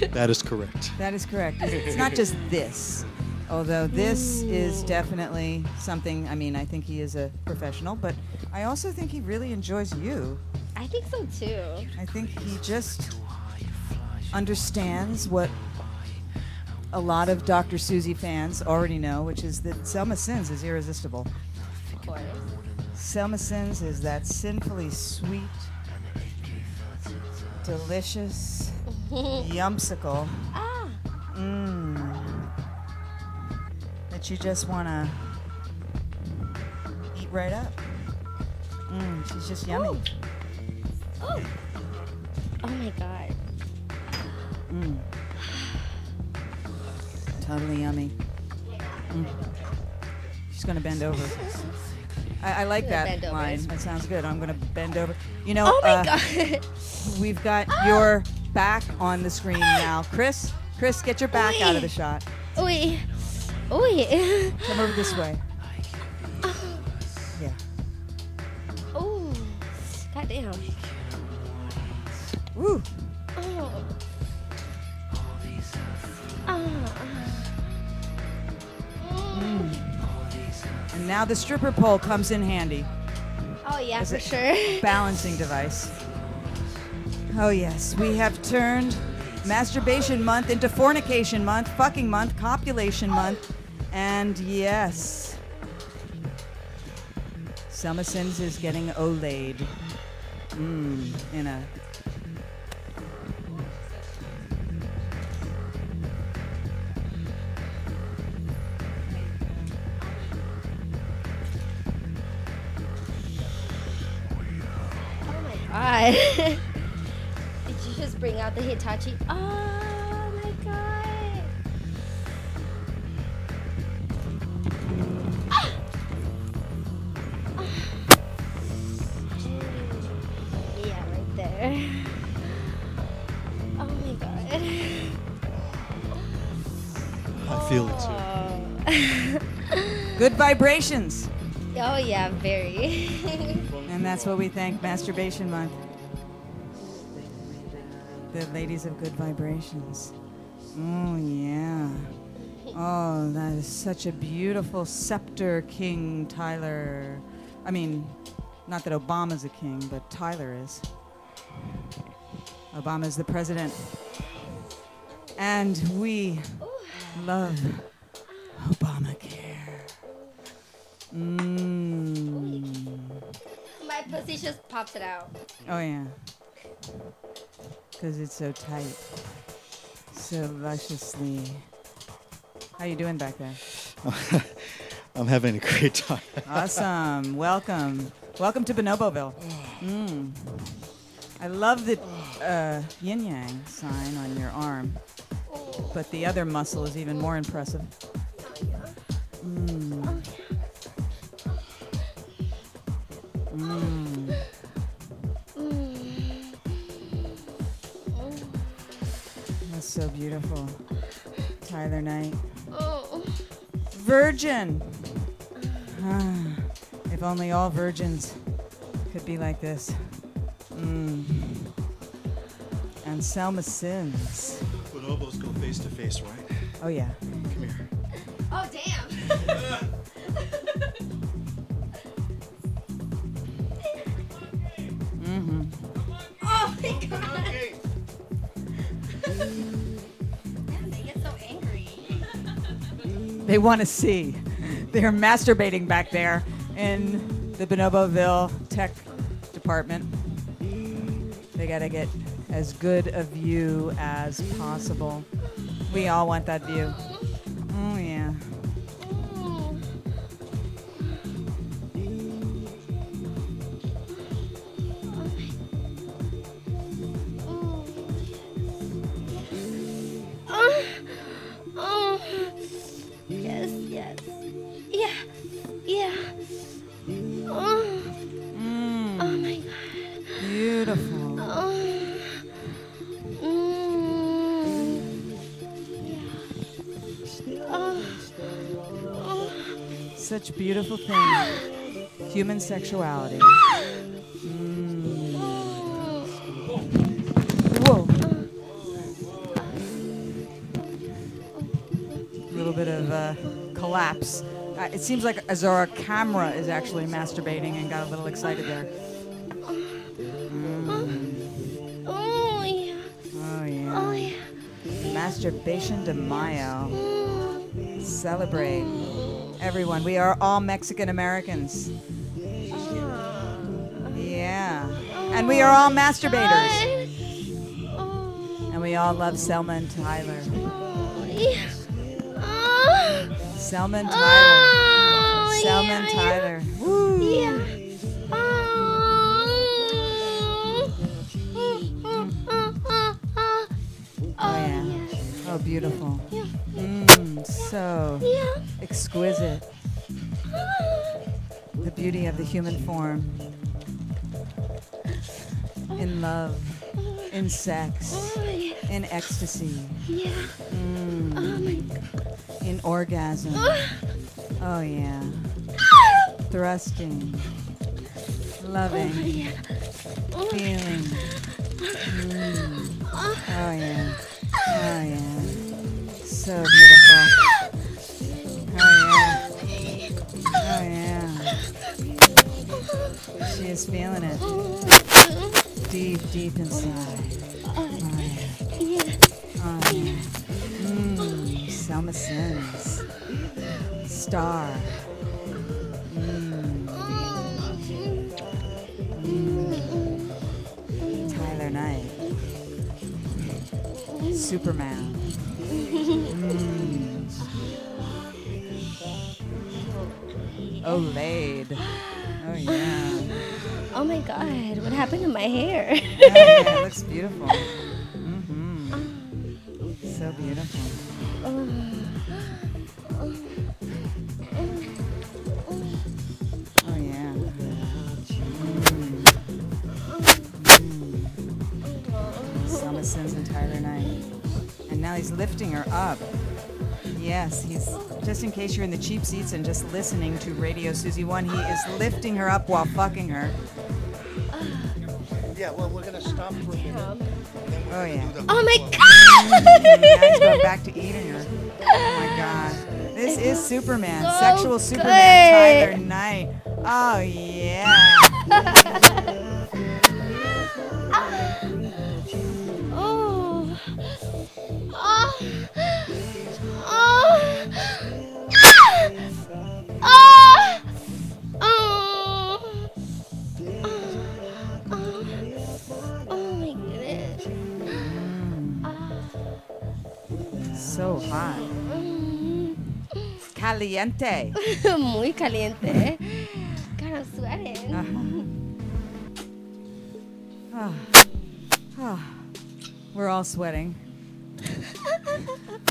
F: That is correct.
C: That is correct. It's not just this. Although this is definitely something, I mean, I think he is a professional, but I also think he really enjoys you.
H: I think so, too.
C: I think he just understands what a lot of Dr. Susie fans already know, which is that Selma Sins is irresistible.
H: Of course.
C: Selma Sins is that sinfully sweet, delicious, yumpsicle.
H: Ah,
C: Mmm. That you just want to eat right up. Mmm, she's just yummy.
H: oh. Oh, my God.
C: Mm. Totally yummy. Mm. She's going to bend over. I, I like
H: Gonna
C: that
H: bend over.
C: line. That sounds good. I'm going to bend over. You know,
H: Oh, my Ah.
C: uh,
H: God.
C: we've got your back on the screen now. Chris, Chris, get your back out of the
H: Wait.
C: shot.
H: Uy. Uy.
C: Come over this way. Yeah.
H: Oh, goddamn.
C: Woo.
H: Oh. Ah. Mm.
C: And now the stripper pole comes in handy.
H: Oh yeah,
C: Is
H: for
C: it-
H: sure.
C: balancing device. Oh, yes. We have turned masturbation month into fornication month, fucking month, copulation month, and yes. Selma Sims is getting olayed. Mmm, in a.
H: Oh my god. Did you just bring out the Hitachi? Oh my god.
E: Oh
C: Good vibrations.
E: Oh yeah, very.
C: And that's what we thank Masturbation Month. The ladies of good vibrations. Oh, yeah. Oh, that is such a beautiful scepter, King Tyler. I mean, not that Obama's a king, but Tyler is. Obama's the president. And we love Obamacare. Mm.
E: My pussy just pops it out.
C: Oh yeah. Cause it's so tight. So lusciously. How you doing back there?
F: I'm having a great time.
C: Awesome. Welcome. Welcome to Bonoboville. Mm. I love the uh, yin yang sign on your arm, but the other muscle is even more impressive. Mm. Mm. That's so beautiful. Tyler Knight.
H: Oh.
C: Virgin. Ah, if only all virgins could be like this. Mm. And Selma Sims.
F: Bonobos go face to face, right?
C: Oh yeah.
F: Come here.
E: Oh damn.
C: Mm-hmm.
E: oh my god. Damn, they get so angry.
C: They want to see. They're masturbating back there in the Bonoboville Tech Department. They gotta get as good a view as possible. We all want that view. Oh yeah.
H: Mm.
E: Oh, oh. Yes, yes. Yeah, yeah. Oh, oh
C: Mm,
E: my god.
C: beautiful.
E: Oh. Mm. Yeah. Oh. Oh.
C: Such beautiful things. Human sexuality. Mm.
E: Oh.
C: Whoa. A little bit of uh, collapse. Uh, it seems like as our camera is actually masturbating and got a little excited there.
E: Oh, yeah.
C: Oh yeah.
E: Oh, yeah.
C: Masturbation de Mayo.
E: Mm.
C: Celebrate, everyone. We are all Mexican Americans. Yeah. And we are all masturbators.
E: Oh.
C: And we all love Selma and Tyler.
E: Oh, yeah. Oh.
C: Selma and Tyler.
E: Oh,
C: Selma
E: yeah,
C: and
E: yeah.
C: Tyler. Woo.
E: Yeah. Oh,
C: yeah.
E: yes.
C: Oh, beautiful.
E: Yeah.
C: Mm, so
E: Yeah.
C: exquisite. The beauty of the human form. In love, in sex,
E: Oh, yeah.
C: in ecstasy,
E: Yeah. Oh,
C: mm,
E: my God.
C: in orgasm. Oh, yeah. Thrusting,
E: Oh,
C: loving,
E: yeah. Oh,
C: feeling. Mm. Oh, yeah. Oh, yeah. So beautiful. Oh, yeah. Oh yeah. She is feeling it deep, deep inside. Oh yeah. Mmm. Selma Sims. Star. Mmm. Tyler Knight. Superman. Mmm. Olade. Oh yeah.
E: Oh my god, what happened to my hair?
C: Yeah, yeah, it looks beautiful. hmm So beautiful. Oh yeah. Mm. Mm. Selma Sims and Tyler Knight. And now he's lifting her up. Yes, he's just in case you're in the cheap seats and just listening to Radio Susie One, he is lifting her up while fucking her.
D: Yeah, well, we're gonna stop for a minute.
C: Oh yeah.
E: Oh my
C: Now he's going
E: god!
C: back to eating her. Oh my god. This
E: It
C: is
E: was
C: Superman,
E: so
C: sexual Superman
E: good.
C: Tyler Knight. Oh yeah.
H: Oh. Oh. Oh. Ah. Oh. Oh. Oh. Oh my goodness.
C: So hot.
H: Mm.
C: Caliente.
E: Muy caliente. ¿eh? God, I'm sweating.
C: Uh-huh. Ah. We're all sweating.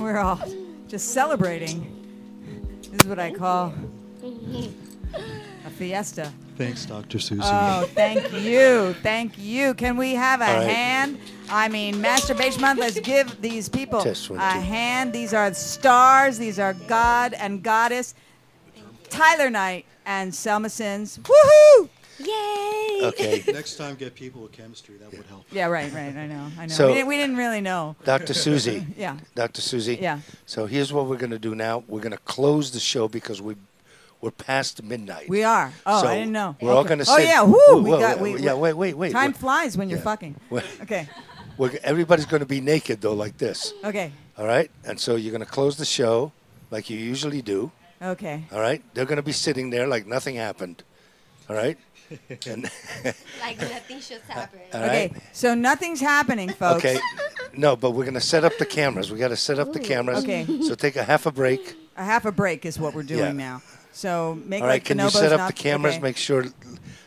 C: We're all just celebrating. This is what I call a fiesta.
F: Thanks, Dr. Susie.
C: Oh, thank you. Thank you. Can we have a
D: All right.
C: hand? I mean, Masturbation Month, let's give these people
D: Test one,
C: a
D: two.
C: hand. These are stars. These are God and Goddess. Tyler Knight and Selma Sins. Woohoo!
E: Yay!
D: Okay,
F: Next time, get people with chemistry. That would help.
C: Yeah, right, right. I know. I know.
D: So-
C: we, didn't, we didn't really know.
D: Dr. Susie.
C: Yeah.
D: Dr. Susie.
C: Yeah.
D: So here's what we're gonna do now. We're gonna close the show because we we're past midnight.
C: We are. Oh,
D: So
C: I didn't know.
D: We're all
C: Okay.
D: gonna.
C: Oh
D: sit-
C: yeah. Woo!
D: Whoa,
C: we
D: whoa,
C: got.
D: whoa,
C: We,
D: yeah. Wait. Wait. Wait.
C: Time
D: We're-
C: flies when you're
D: yeah.
C: fucking.
D: We're-
C: Okay.
D: we're, everybody's gonna be naked though, like this.
C: Okay.
D: All right. And so you're gonna close the show, like you usually do.
C: Okay.
D: All right. They're gonna be sitting there like nothing happened. All right. And,
E: Like nothing should happen.
D: all
C: Okay.
D: right?
C: So nothing's happening, folks.
D: Okay. No, but we're gonna set up the cameras. We gotta set up the cameras.
C: okay.
D: So take a half a break.
C: A half a break is what we're doing
D: Yeah.
C: now. So make
D: All
C: like
D: right, can you
C: bonobos
D: set up
C: not-
D: the cameras?
C: okay.
D: Make sure,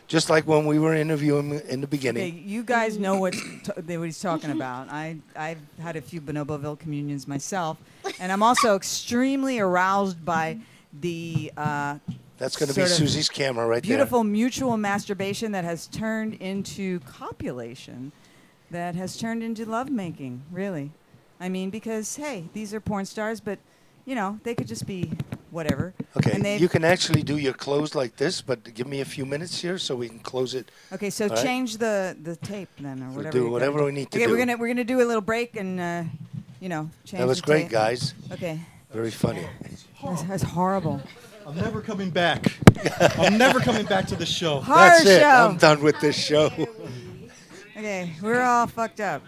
D: just like when we were interviewing in the
C: Okay,
D: beginning.
C: you guys know what, t- that what he's talking about. I, I've had a few Bonoboville communions myself, and I'm also extremely aroused by the uh,
D: That's going to be
C: sort of
D: Susie's camera right
C: beautiful mutual masturbation that has turned into copulation, that has turned into lovemaking, really. I mean, because, hey, these are porn stars, but, you know, they could just be whatever.
D: there.
C: And
D: Okay,
C: they've-
D: you can actually do your close like this, but give me a few minutes here so we can close it.
C: Okay, so
D: All right.
C: change the, the tape then, or whatever.
D: do
C: you're gonna
D: whatever
C: do.
D: we need to
C: okay,
D: do.
C: we're gonna we're gonna do a little break and uh, you know change.
D: That was
C: the
D: great,
C: tape.
D: guys.
C: Okay,
D: Very funny.
C: that's, that's horrible.
F: I'm never coming back. I'm never coming back to the show.
C: Horror
D: That's it. I'm
C: show.
D: done with this show.
C: okay, we're all fucked up,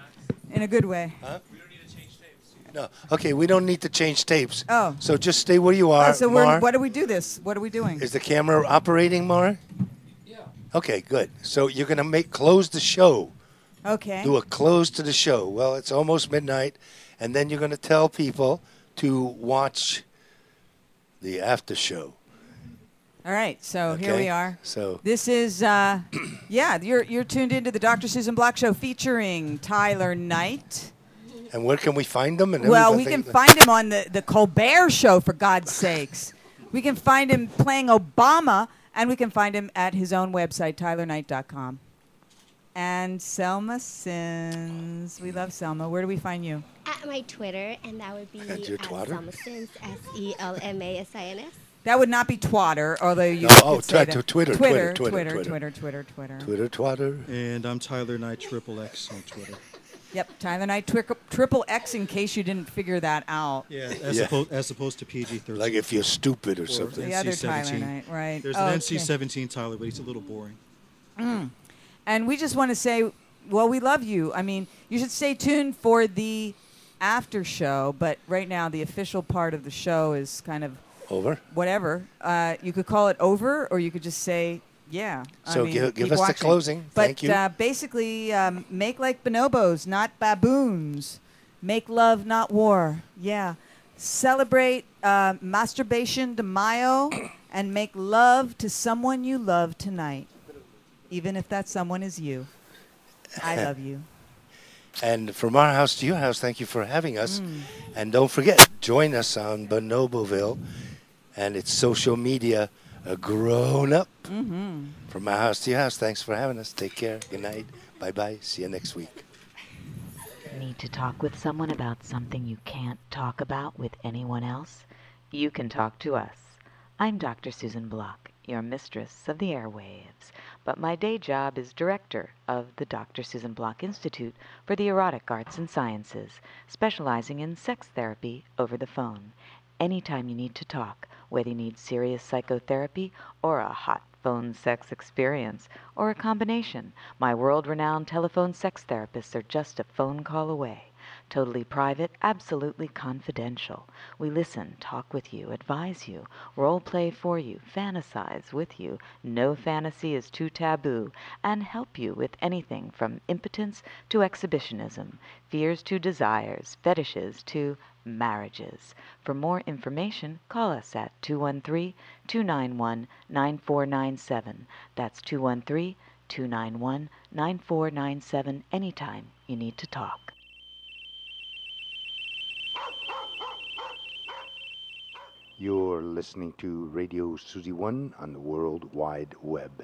C: in a good way.
D: no, okay, we don't need to change tapes.
C: Oh.
D: So just stay where you are,
C: oh, so
D: Mar.
C: we're, why do we do this? What are we doing?
D: Is the camera operating, Mar? Yeah. Okay, good. So you're going to make close the show.
C: Okay.
D: do a close to the show. Well, it's almost midnight, and then you're going to tell people to watch the after show.
C: All right, so Oh, here we
D: okay?
C: are.
D: So-
C: this is uh, yeah, you're you're tuned into the Dr. Susan Block Show featuring Tyler Knight.
D: And where can we find them? And
C: Well, we
D: everything?
C: can find him on the, the Colbert Show, for God's sakes. We can find him playing Obama, and we can find him at his own website, tylerknight.com. And Selma Sins. We love Selma. Where do we find you?
E: At my Twitter, and that would be
D: At your
E: at
D: twatter?
E: Selma Sins, S E L M A S I N S.
C: That would not be twatter, although you
D: No, oh,
C: could say
D: twa-
C: that.
D: Twitter,
C: Twitter,
D: Twitter, Twitter,
C: Twitter, Twitter,
D: Twitter.
C: Twitter, Twitter.
D: Twitter, Twitter.
F: And I'm Tyler Knight, Triple X on Twitter.
C: Yep, Tyler Knight, twic- triple X in case you didn't figure that out.
F: Yeah, as,
D: Yeah.
F: Opposed, as opposed to PG 13.
D: Like if you're stupid or something.
C: The other Tyler
F: NC-17.
C: Knight, right.
F: There's
C: Oh, Okay.
F: an NC 17 Tyler, but he's a little boring.
C: And we just want to say, well, we love you. I mean, you should stay tuned for the after show, but right now the official part of the show is kind of
D: Over.
C: whatever. Uh, you could call it over, or you could just say, yeah.
D: So give- give
C: keep
D: us the
C: watching.
D: closing.
C: But
D: Thank you.
C: Uh, basically, um, make like bonobos, not baboons. Make love, not war. Yeah. Celebrate uh, masturbation de Mayo and make love to someone you love tonight, even if that someone is you. I love you.
D: And from our house to your house, thank you for having us. And don't forget, join us on Bonoboville and its social media, a grown up. From my house to your house, thanks for having us. Take care. Good night. Bye bye. See you next week.
A: Need to talk with someone about something you can't talk about with anyone else? you can talk to us. I'm Dr. Susan Block, your mistress of the airwaves, but my day job is director of the Dr. Susan Block Institute for the Erotic Arts and Sciences, specializing in sex therapy over the phone. Anytime you need to talk, whether you need serious psychotherapy or a hot phone sex experience or a combination, my world renowned telephone sex therapists are just a phone call away. Totally private, absolutely confidential. We listen, talk with you, advise you, role play for you, fantasize with you. No fantasy is too taboo, and help you with anything from impotence to exhibitionism, fears to desires, fetishes to marriages. For more information, call us at 213 291 9497. That's 213 291 9497 anytime you need to talk.
B: You're listening to Radio Suzy One on the World Wide Web.